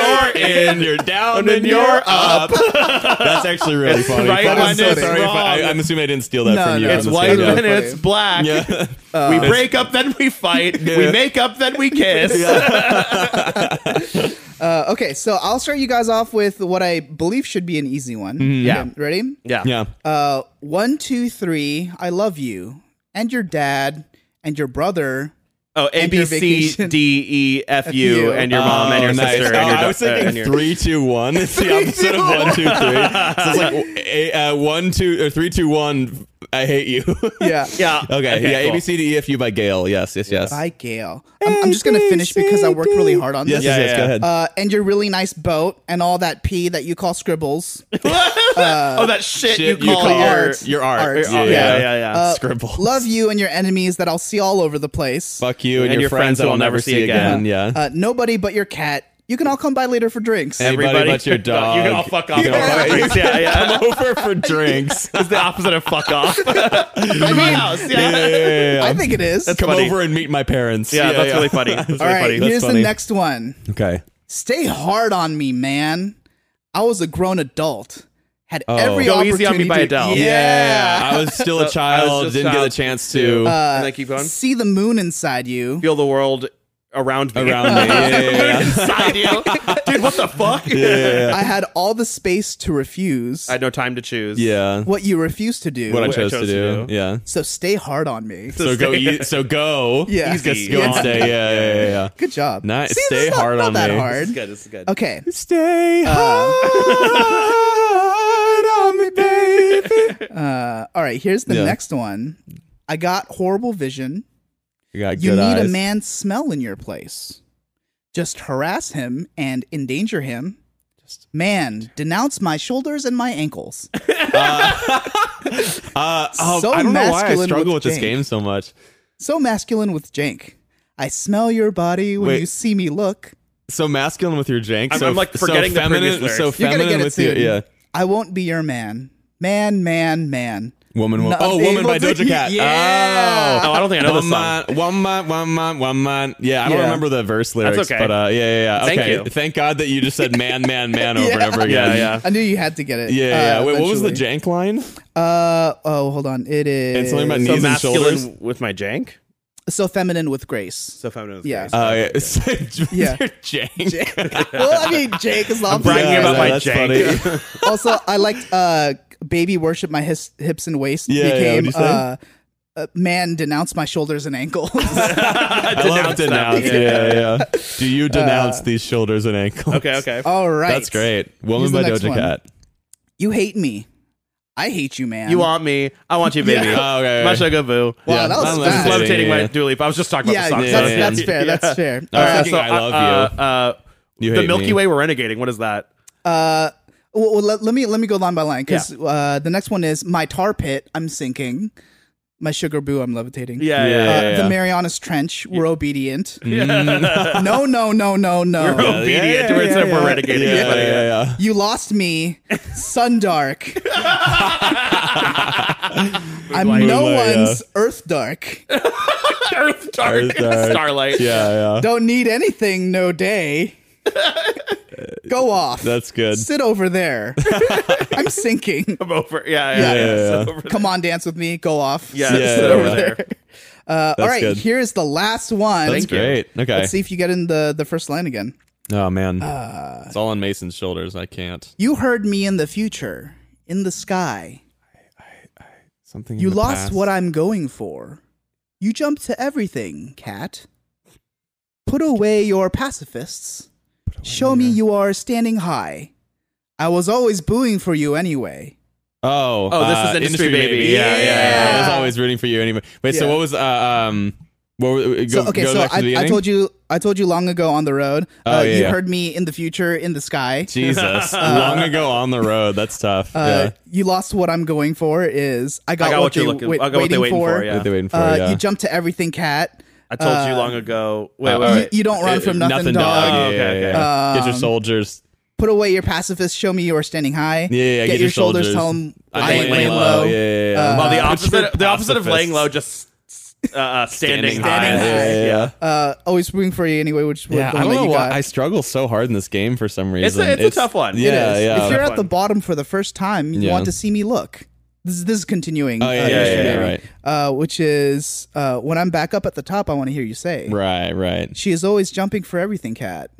Speaker 2: you're in. You're down, then you're up. That's actually really funny.
Speaker 3: right
Speaker 2: I'm
Speaker 3: when
Speaker 2: so
Speaker 3: it's
Speaker 2: sorry if I,
Speaker 3: wrong.
Speaker 2: I, am assuming I didn't steal that
Speaker 4: No,
Speaker 2: from you.
Speaker 4: no,
Speaker 2: on
Speaker 3: it's
Speaker 2: the
Speaker 3: white
Speaker 2: stand-up.
Speaker 3: then it's black.
Speaker 2: Yeah. Uh,
Speaker 3: we break up, then we fight. We
Speaker 2: Yeah.
Speaker 3: make up, then we kiss.
Speaker 4: Uh, okay, so I'll start you guys off with what I believe should be an easy one.
Speaker 3: Mm-hmm. Yeah.
Speaker 4: Okay, ready?
Speaker 3: Yeah.
Speaker 2: Yeah.
Speaker 4: Uh, one, two, three. I love you, and your dad, and your brother.
Speaker 3: Oh, A
Speaker 4: And
Speaker 3: B
Speaker 4: your
Speaker 3: C
Speaker 4: vacation.
Speaker 3: D E F U
Speaker 4: you.
Speaker 3: and your mom and your
Speaker 2: Oh, nice.
Speaker 3: sister.
Speaker 2: Oh,
Speaker 3: and your
Speaker 2: I was
Speaker 3: do- uh,
Speaker 2: thinking
Speaker 3: and your-
Speaker 2: three, two, one. It's the opposite of one, two, three. So it's like a, uh, one, two, or three, two, one. I hate you.
Speaker 4: Yeah.
Speaker 3: Yeah.
Speaker 2: Okay. yeah.
Speaker 3: cool.
Speaker 2: A B C D E F U by Gail. Yes. Yes. Yes.
Speaker 4: By Gail. I'm, I'm just gonna finish because I worked really hard on
Speaker 2: Yes.
Speaker 4: this.
Speaker 2: Yes.
Speaker 3: Yeah,
Speaker 2: yes,
Speaker 3: yeah.
Speaker 2: Go ahead.
Speaker 4: Uh, and your really nice boat and all that pee that you call scribbles.
Speaker 3: oh, that shit,
Speaker 2: shit
Speaker 3: you call, your
Speaker 2: art. Your art.
Speaker 4: Art.
Speaker 2: Yeah, yeah,
Speaker 3: Yeah,
Speaker 2: yeah.
Speaker 3: yeah, yeah.
Speaker 2: Uh,
Speaker 3: Uh,
Speaker 2: Scribble.
Speaker 4: Love you and your enemies that I'll see all over the place.
Speaker 2: Fuck you and, your, friends, that I'll never see again. Yeah.
Speaker 4: Uh, nobody but your cat. You can all come by later for drinks.
Speaker 2: Everybody, but your dog.
Speaker 3: You can all fuck off.
Speaker 2: You can all
Speaker 3: Yeah,
Speaker 2: fuck-
Speaker 3: yeah, yeah.
Speaker 2: Come over for drinks.
Speaker 3: It's the opposite of fuck off. my house. Yeah.
Speaker 2: Yeah, yeah, yeah, yeah.
Speaker 4: I think it is.
Speaker 2: Come
Speaker 3: funny.
Speaker 2: over and meet my parents.
Speaker 3: Yeah, that's really funny. That's really
Speaker 4: all right,
Speaker 3: funny.
Speaker 4: here's
Speaker 2: funny.
Speaker 4: the next one.
Speaker 2: Okay.
Speaker 4: Stay hard on me, man. I was a grown adult. Had every
Speaker 3: Go
Speaker 4: opportunity
Speaker 3: Easy on Me by
Speaker 4: to
Speaker 3: Adele.
Speaker 2: Yeah. I was still a
Speaker 3: I was
Speaker 2: child. Uh,
Speaker 3: just
Speaker 2: Didn't get a
Speaker 3: child
Speaker 2: chance to
Speaker 3: and I keep going.
Speaker 4: see the moon inside you.
Speaker 3: Feel the world around me.
Speaker 2: around me. Yeah, yeah, yeah.
Speaker 3: Inside you. Dude, what the fuck?
Speaker 4: I had all the space to refuse
Speaker 3: I had no time to choose.
Speaker 2: Yeah.
Speaker 4: what you refused to do.
Speaker 2: What I
Speaker 3: What
Speaker 2: chose to do. Yeah.
Speaker 4: so stay hard on me.
Speaker 2: So go. e- So go.
Speaker 4: Yeah.
Speaker 2: Just
Speaker 3: Easy.
Speaker 2: Go and
Speaker 3: Yeah.
Speaker 2: stay. Yeah. Yeah. yeah, Yeah.
Speaker 4: Good job.
Speaker 2: Nice.
Speaker 4: See,
Speaker 2: Stay
Speaker 4: this is not-
Speaker 2: hard
Speaker 4: not
Speaker 2: on
Speaker 4: that
Speaker 2: me.
Speaker 3: This is
Speaker 4: hard.
Speaker 3: good. This is good.
Speaker 4: Okay.
Speaker 2: Stay
Speaker 4: Uh.
Speaker 2: hard on me, baby.
Speaker 4: All right. Here's the
Speaker 2: Yeah.
Speaker 4: next one. I got horrible vision.
Speaker 2: You got
Speaker 4: You
Speaker 2: good
Speaker 4: need
Speaker 2: eyes.
Speaker 4: a man's smell in your place. Just harass him and endanger him. Man, denounce my shoulders and my ankles.
Speaker 2: Uh, oh,
Speaker 4: So
Speaker 2: I don't know why I
Speaker 4: masculine
Speaker 2: struggle with
Speaker 4: with
Speaker 2: this
Speaker 4: Jane.
Speaker 2: game so much.
Speaker 4: So masculine with jank. I smell your body when
Speaker 2: Wait.
Speaker 4: you see me look.
Speaker 2: So masculine with your jank.
Speaker 3: I'm-
Speaker 2: so
Speaker 3: I'm, like,
Speaker 2: f- so
Speaker 3: forgetting the previous
Speaker 2: feminine.
Speaker 3: lyrics.
Speaker 2: so
Speaker 4: You're
Speaker 2: feminine
Speaker 4: gonna get it
Speaker 2: with your
Speaker 4: soon.
Speaker 2: yeah.
Speaker 4: I won't be your man. Man, man, man.
Speaker 2: Woman, woman.
Speaker 4: Not
Speaker 2: oh, woman
Speaker 4: able
Speaker 2: by
Speaker 4: to-
Speaker 2: Doja Cat.
Speaker 4: Yeah.
Speaker 3: Oh, I don't think I know this song.
Speaker 2: Woman, woman, woman, woman. Yeah, I don't
Speaker 4: Yeah.
Speaker 2: remember the verse lyrics,
Speaker 3: okay.
Speaker 2: but uh, yeah, yeah, yeah.
Speaker 3: Thank
Speaker 2: okay,
Speaker 3: you.
Speaker 2: thank God that you just said man, man, man over and over again.
Speaker 3: Yeah, yeah.
Speaker 4: I knew you had to get it.
Speaker 2: yeah,
Speaker 4: uh,
Speaker 2: yeah. Wait, what was the
Speaker 4: eventually.
Speaker 2: jank line?
Speaker 4: Uh oh, hold on. It is
Speaker 2: And something about
Speaker 3: So
Speaker 2: knees and shoulders.
Speaker 3: masculine with my jank.
Speaker 4: so feminine with grace.
Speaker 3: So feminine. With
Speaker 4: Yeah.
Speaker 3: grace.
Speaker 2: Uh, yeah. It's like-
Speaker 4: Yeah.
Speaker 2: jank.
Speaker 4: well, I mean, Jake is not
Speaker 3: bragging
Speaker 2: Yeah,
Speaker 3: about
Speaker 2: no,
Speaker 3: my
Speaker 2: that's
Speaker 3: jank.
Speaker 2: funny.
Speaker 4: also, I liked uh, "Baby Worship My his- Hips and Waist."
Speaker 2: Yeah, yeah,
Speaker 4: became
Speaker 2: what'd you say?
Speaker 4: uh, uh, "Man Denounce My Shoulders and Ankles."
Speaker 2: I love
Speaker 3: Denounce that.
Speaker 2: denounce. Yeah, yeah, yeah. Do
Speaker 4: Uh,
Speaker 2: you denounce these shoulders and ankles?
Speaker 3: Okay. Okay.
Speaker 4: All right,
Speaker 2: That's great. Woman
Speaker 4: Here's the
Speaker 2: by
Speaker 4: next
Speaker 2: Doja
Speaker 4: one.
Speaker 2: Cat.
Speaker 4: You hate me. I hate you, man.
Speaker 3: You want me? I want you, baby.
Speaker 2: Oh, okay, okay.
Speaker 3: Masha Gaboo.
Speaker 4: Wow, that
Speaker 2: I'm
Speaker 4: was fast.
Speaker 2: levitating,
Speaker 3: levitating
Speaker 2: yeah,
Speaker 3: my
Speaker 2: yeah.
Speaker 3: Dua Lipa. I was just talking about
Speaker 4: Yeah,
Speaker 3: the song.
Speaker 4: that's,
Speaker 2: yeah, yeah.
Speaker 4: that's fair. That's fair.
Speaker 2: I was thinking
Speaker 3: so,
Speaker 2: I love
Speaker 3: uh,
Speaker 2: you.
Speaker 3: uh, uh,
Speaker 2: You
Speaker 3: the
Speaker 2: hate
Speaker 3: Milky
Speaker 2: me.
Speaker 3: Way we're renegading. What is that?
Speaker 4: Well, well, let, let me let me go line by line because
Speaker 3: Yeah.
Speaker 4: uh, the next one is my tar pit. I'm sinking. My sugar boo. I'm levitating.
Speaker 3: Yeah,
Speaker 2: Yeah,
Speaker 3: yeah.
Speaker 4: Uh,
Speaker 2: yeah, yeah.
Speaker 4: The Marianas Trench. We're obedient. no, no, no,
Speaker 2: yeah,
Speaker 4: no, no.
Speaker 3: obedient.
Speaker 2: yeah,
Speaker 3: we're,
Speaker 2: yeah,
Speaker 3: we're
Speaker 2: yeah.
Speaker 3: renegading.
Speaker 2: yeah, yeah, yeah, yeah.
Speaker 4: You lost me. Sun dark. I'm no
Speaker 2: Moonlight, yeah.
Speaker 4: one's earth dark.
Speaker 3: Earth dark,
Speaker 2: Earth dark.
Speaker 3: starlight.
Speaker 2: Yeah, yeah.
Speaker 4: Don't need anything. No day. Go off.
Speaker 2: That's good.
Speaker 4: Sit over there. I'm sinking.
Speaker 3: I'm over. Yeah, yeah,
Speaker 4: Yeah,
Speaker 3: yeah.
Speaker 2: yeah,
Speaker 3: So
Speaker 2: yeah.
Speaker 3: over there.
Speaker 4: Come on, dance with me. Go off.
Speaker 3: Yeah,
Speaker 2: Yeah,
Speaker 3: so
Speaker 2: yeah,
Speaker 3: over
Speaker 2: yeah.
Speaker 3: there.
Speaker 4: Uh, all right.
Speaker 2: good.
Speaker 4: Here's the last one.
Speaker 2: That's great. Okay.
Speaker 4: Let's see if you get in the, the first line again.
Speaker 2: Oh man,
Speaker 4: Uh,
Speaker 2: it's all on Mason's shoulders. I can't.
Speaker 4: You heard me in the future, in the sky.
Speaker 2: Something
Speaker 4: You lost what I'm going for. You jumped to everything, cat. Put away your pacifists. Show me you are standing high. I was always booing for you anyway.
Speaker 2: Oh,
Speaker 3: Oh, this
Speaker 2: uh,
Speaker 3: is Industry Baby.
Speaker 2: Yeah, yeah, yeah, I was
Speaker 4: Yeah.
Speaker 2: always rooting for you anyway. Wait, so
Speaker 4: Yeah.
Speaker 2: what was uh, um, what were, go,
Speaker 4: So okay,
Speaker 2: go
Speaker 4: so
Speaker 2: back to the
Speaker 4: I,
Speaker 2: beginning?
Speaker 4: I told you I told you long ago on the road.
Speaker 2: Oh,
Speaker 4: uh,
Speaker 2: yeah,
Speaker 4: you
Speaker 2: yeah.
Speaker 4: heard me in the future, in the sky.
Speaker 2: Jesus, long ago on the road. That's tough.
Speaker 4: Uh,
Speaker 2: yeah.
Speaker 4: You lost what I'm going for is I got,
Speaker 3: I got
Speaker 4: what,
Speaker 3: what you're
Speaker 4: they,
Speaker 3: looking-
Speaker 4: wait-
Speaker 3: I got what they're
Speaker 4: waiting
Speaker 3: waiting
Speaker 4: for.
Speaker 3: for, yeah.
Speaker 2: What they're waiting for.
Speaker 4: Uh,
Speaker 2: yeah.
Speaker 4: You jumped to everything, cat.
Speaker 3: I told you long ago. Wait,
Speaker 2: Uh,
Speaker 3: wait,
Speaker 2: you-
Speaker 3: wait.
Speaker 4: You don't run
Speaker 2: It-
Speaker 4: from nothing,
Speaker 2: nothing
Speaker 4: dog. Um,
Speaker 2: Yeah,
Speaker 3: Oh, okay,
Speaker 2: yeah,
Speaker 3: okay.
Speaker 2: yeah. Get your soldiers.
Speaker 4: Put away your pacifists. Show me you are standing high.
Speaker 2: Yeah, yeah, yeah,
Speaker 4: Get, your shoulders. Tell them
Speaker 2: I'm
Speaker 4: I ain't laying low.
Speaker 2: Yeah, yeah, yeah.
Speaker 3: well, the
Speaker 2: Uh,
Speaker 3: opposite. The opposite of laying low,
Speaker 2: pacifists.
Speaker 3: just uh, uh, standing,
Speaker 2: Standing
Speaker 3: high.
Speaker 2: high. Yeah, yeah, yeah.
Speaker 4: Uh, always rooting for you anyway, which was
Speaker 2: Yeah,
Speaker 4: the
Speaker 2: I
Speaker 4: one
Speaker 2: don't
Speaker 4: that
Speaker 2: know
Speaker 4: you
Speaker 2: why
Speaker 4: got.
Speaker 2: I struggle so hard in this game for some
Speaker 3: It's
Speaker 2: reason.
Speaker 3: a, it's, a tough one.
Speaker 2: Yeah, yeah.
Speaker 4: if you're at the
Speaker 3: Fun.
Speaker 4: bottom for the first time, you
Speaker 2: Yeah.
Speaker 4: want to see me look. This, this is continuing.
Speaker 2: Oh, yeah, yeah,
Speaker 4: uh, Mr.
Speaker 2: yeah, yeah,
Speaker 4: Baby,
Speaker 2: right.
Speaker 4: uh, which is uh, when I'm back up at the top, I want to hear you say.
Speaker 2: Right, right.
Speaker 4: She is always jumping for everything, cat.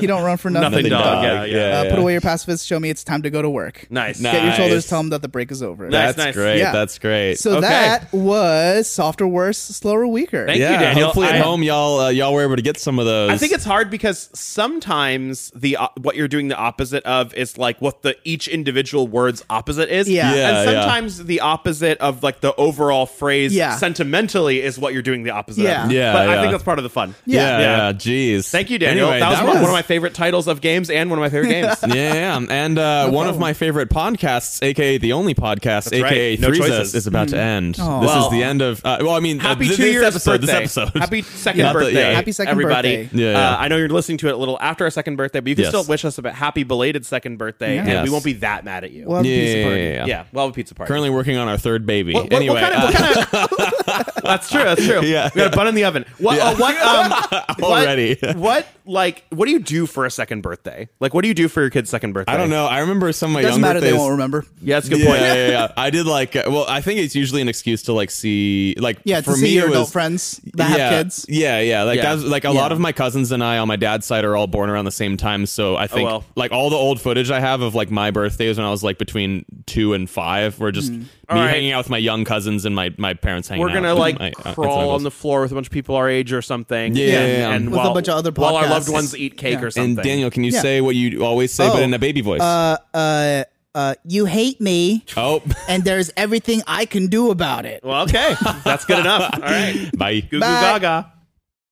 Speaker 4: you don't run for nothing.
Speaker 3: Nothing, dog. Yeah, yeah.
Speaker 4: Uh, Put away your pacifists. Show me it's time to go to work.
Speaker 3: Nice.
Speaker 2: Nah.
Speaker 4: Get your shoulders.
Speaker 2: Nice.
Speaker 4: Tell them that the break is over.
Speaker 3: Nice.
Speaker 2: That's great.
Speaker 4: Yeah.
Speaker 2: That's great.
Speaker 4: So
Speaker 3: Okay.
Speaker 4: that was softer, worse, slower, weaker.
Speaker 3: Thank
Speaker 2: yeah,
Speaker 3: you, Daniel.
Speaker 2: hopefully at
Speaker 3: I-
Speaker 2: home y'all uh, y'all were able to get some of those.
Speaker 3: I think it's hard because sometimes the o what you're doing the opposite of is like what the each individual word's opposite is.
Speaker 4: Yeah.
Speaker 2: Yeah,
Speaker 3: and
Speaker 2: yeah.
Speaker 3: sometimes the opposite of like the overall phrase
Speaker 4: Yeah.
Speaker 3: sentimentally is what you're doing the opposite
Speaker 4: Yeah.
Speaker 3: of.
Speaker 2: Yeah,
Speaker 3: But I
Speaker 2: yeah.
Speaker 3: think that's part of the fun.
Speaker 2: yeah,
Speaker 3: yeah.
Speaker 2: yeah. Jeez.
Speaker 3: Thank you, Daniel.
Speaker 2: Anyway,
Speaker 3: that was,
Speaker 2: that
Speaker 3: one,
Speaker 2: was-
Speaker 3: one of my favorite titles of games and one of my favorite games.
Speaker 2: yeah, yeah. and uh, one of my favorite podcasts, aka the only podcast, aka
Speaker 3: right. No
Speaker 2: Threesus,
Speaker 3: choices.
Speaker 2: is about to
Speaker 4: Mm-hmm.
Speaker 2: end. This
Speaker 3: Well,
Speaker 2: is the end of. Uh, well, I mean, uh,
Speaker 3: Happy
Speaker 2: th-
Speaker 3: two
Speaker 2: this
Speaker 3: years
Speaker 2: episode.
Speaker 3: birthday.
Speaker 2: This episode.
Speaker 3: Happy second
Speaker 2: Not the-
Speaker 3: birthday.
Speaker 2: yeah.
Speaker 4: Happy second
Speaker 3: everybody.
Speaker 4: birthday.
Speaker 2: Yeah, yeah.
Speaker 3: Uh, I know you're listening to it a little after our second birthday, but you can
Speaker 2: Yes.
Speaker 3: still wish us a happy belated second birthday, and
Speaker 2: Yes.
Speaker 3: we won't be that mad at you.
Speaker 4: Well,
Speaker 2: Yeah,
Speaker 4: piece of
Speaker 2: yeah,
Speaker 4: party.
Speaker 2: yeah, yeah.
Speaker 3: yeah, we'll have a pizza party.
Speaker 2: Currently working on our third baby.
Speaker 3: What- what-
Speaker 2: anyway,
Speaker 3: what kind of- what
Speaker 2: uh,
Speaker 3: kind of- that's true. That's true.
Speaker 2: Yeah.
Speaker 3: we got a bun in the oven. What? uh, what? Um, what-
Speaker 2: Already.
Speaker 3: What, Like? What do you do for a second birthday? Like, what do you do for your kid's second birthday?
Speaker 2: I don't know. I remember some of my
Speaker 4: Doesn't
Speaker 2: young
Speaker 4: matter. They
Speaker 2: birthdays-
Speaker 4: won't remember.
Speaker 3: Yeah, that's a good
Speaker 2: yeah,
Speaker 3: point.
Speaker 2: Yeah, yeah, yeah. I did like. Uh, well, I think it's usually an excuse to like see, like,
Speaker 4: Yeah,
Speaker 2: for
Speaker 4: to
Speaker 2: me,
Speaker 4: see your
Speaker 2: it
Speaker 4: adult
Speaker 2: was,
Speaker 4: friends that
Speaker 2: yeah,
Speaker 4: have kids.
Speaker 2: Yeah, yeah. Like
Speaker 3: Yeah.
Speaker 2: that's like a lot of my cousins and I on my dad's side are all born around the same time. So I think
Speaker 3: Oh, well.
Speaker 2: like all the old footage I have of like my birthdays when I was like between two and five were
Speaker 4: Mm.
Speaker 2: just me
Speaker 3: right.
Speaker 2: hanging out with my young cousins and my my parents hanging
Speaker 3: We're
Speaker 2: out.
Speaker 3: gonna
Speaker 2: with
Speaker 3: like
Speaker 2: my uh, aunts and
Speaker 3: crawl
Speaker 2: uncles.
Speaker 3: on the floor with a bunch of people our age or something.
Speaker 2: Yeah, yeah, yeah.
Speaker 3: and
Speaker 4: With a
Speaker 3: while,
Speaker 4: bunch of other
Speaker 3: while our
Speaker 4: podcasts.
Speaker 3: loved ones eat cake
Speaker 4: Yeah.
Speaker 3: or something.
Speaker 2: And Daniel, can you
Speaker 4: Yeah.
Speaker 2: say what you always say but
Speaker 4: Oh,
Speaker 2: in a baby voice?
Speaker 4: Uh, uh, uh, you hate me,
Speaker 2: oh,
Speaker 4: and there's everything I can do about it.
Speaker 3: Well, okay, that's good enough. All right,
Speaker 2: bye.
Speaker 3: Goo Goo
Speaker 4: Bye.
Speaker 3: Gaga.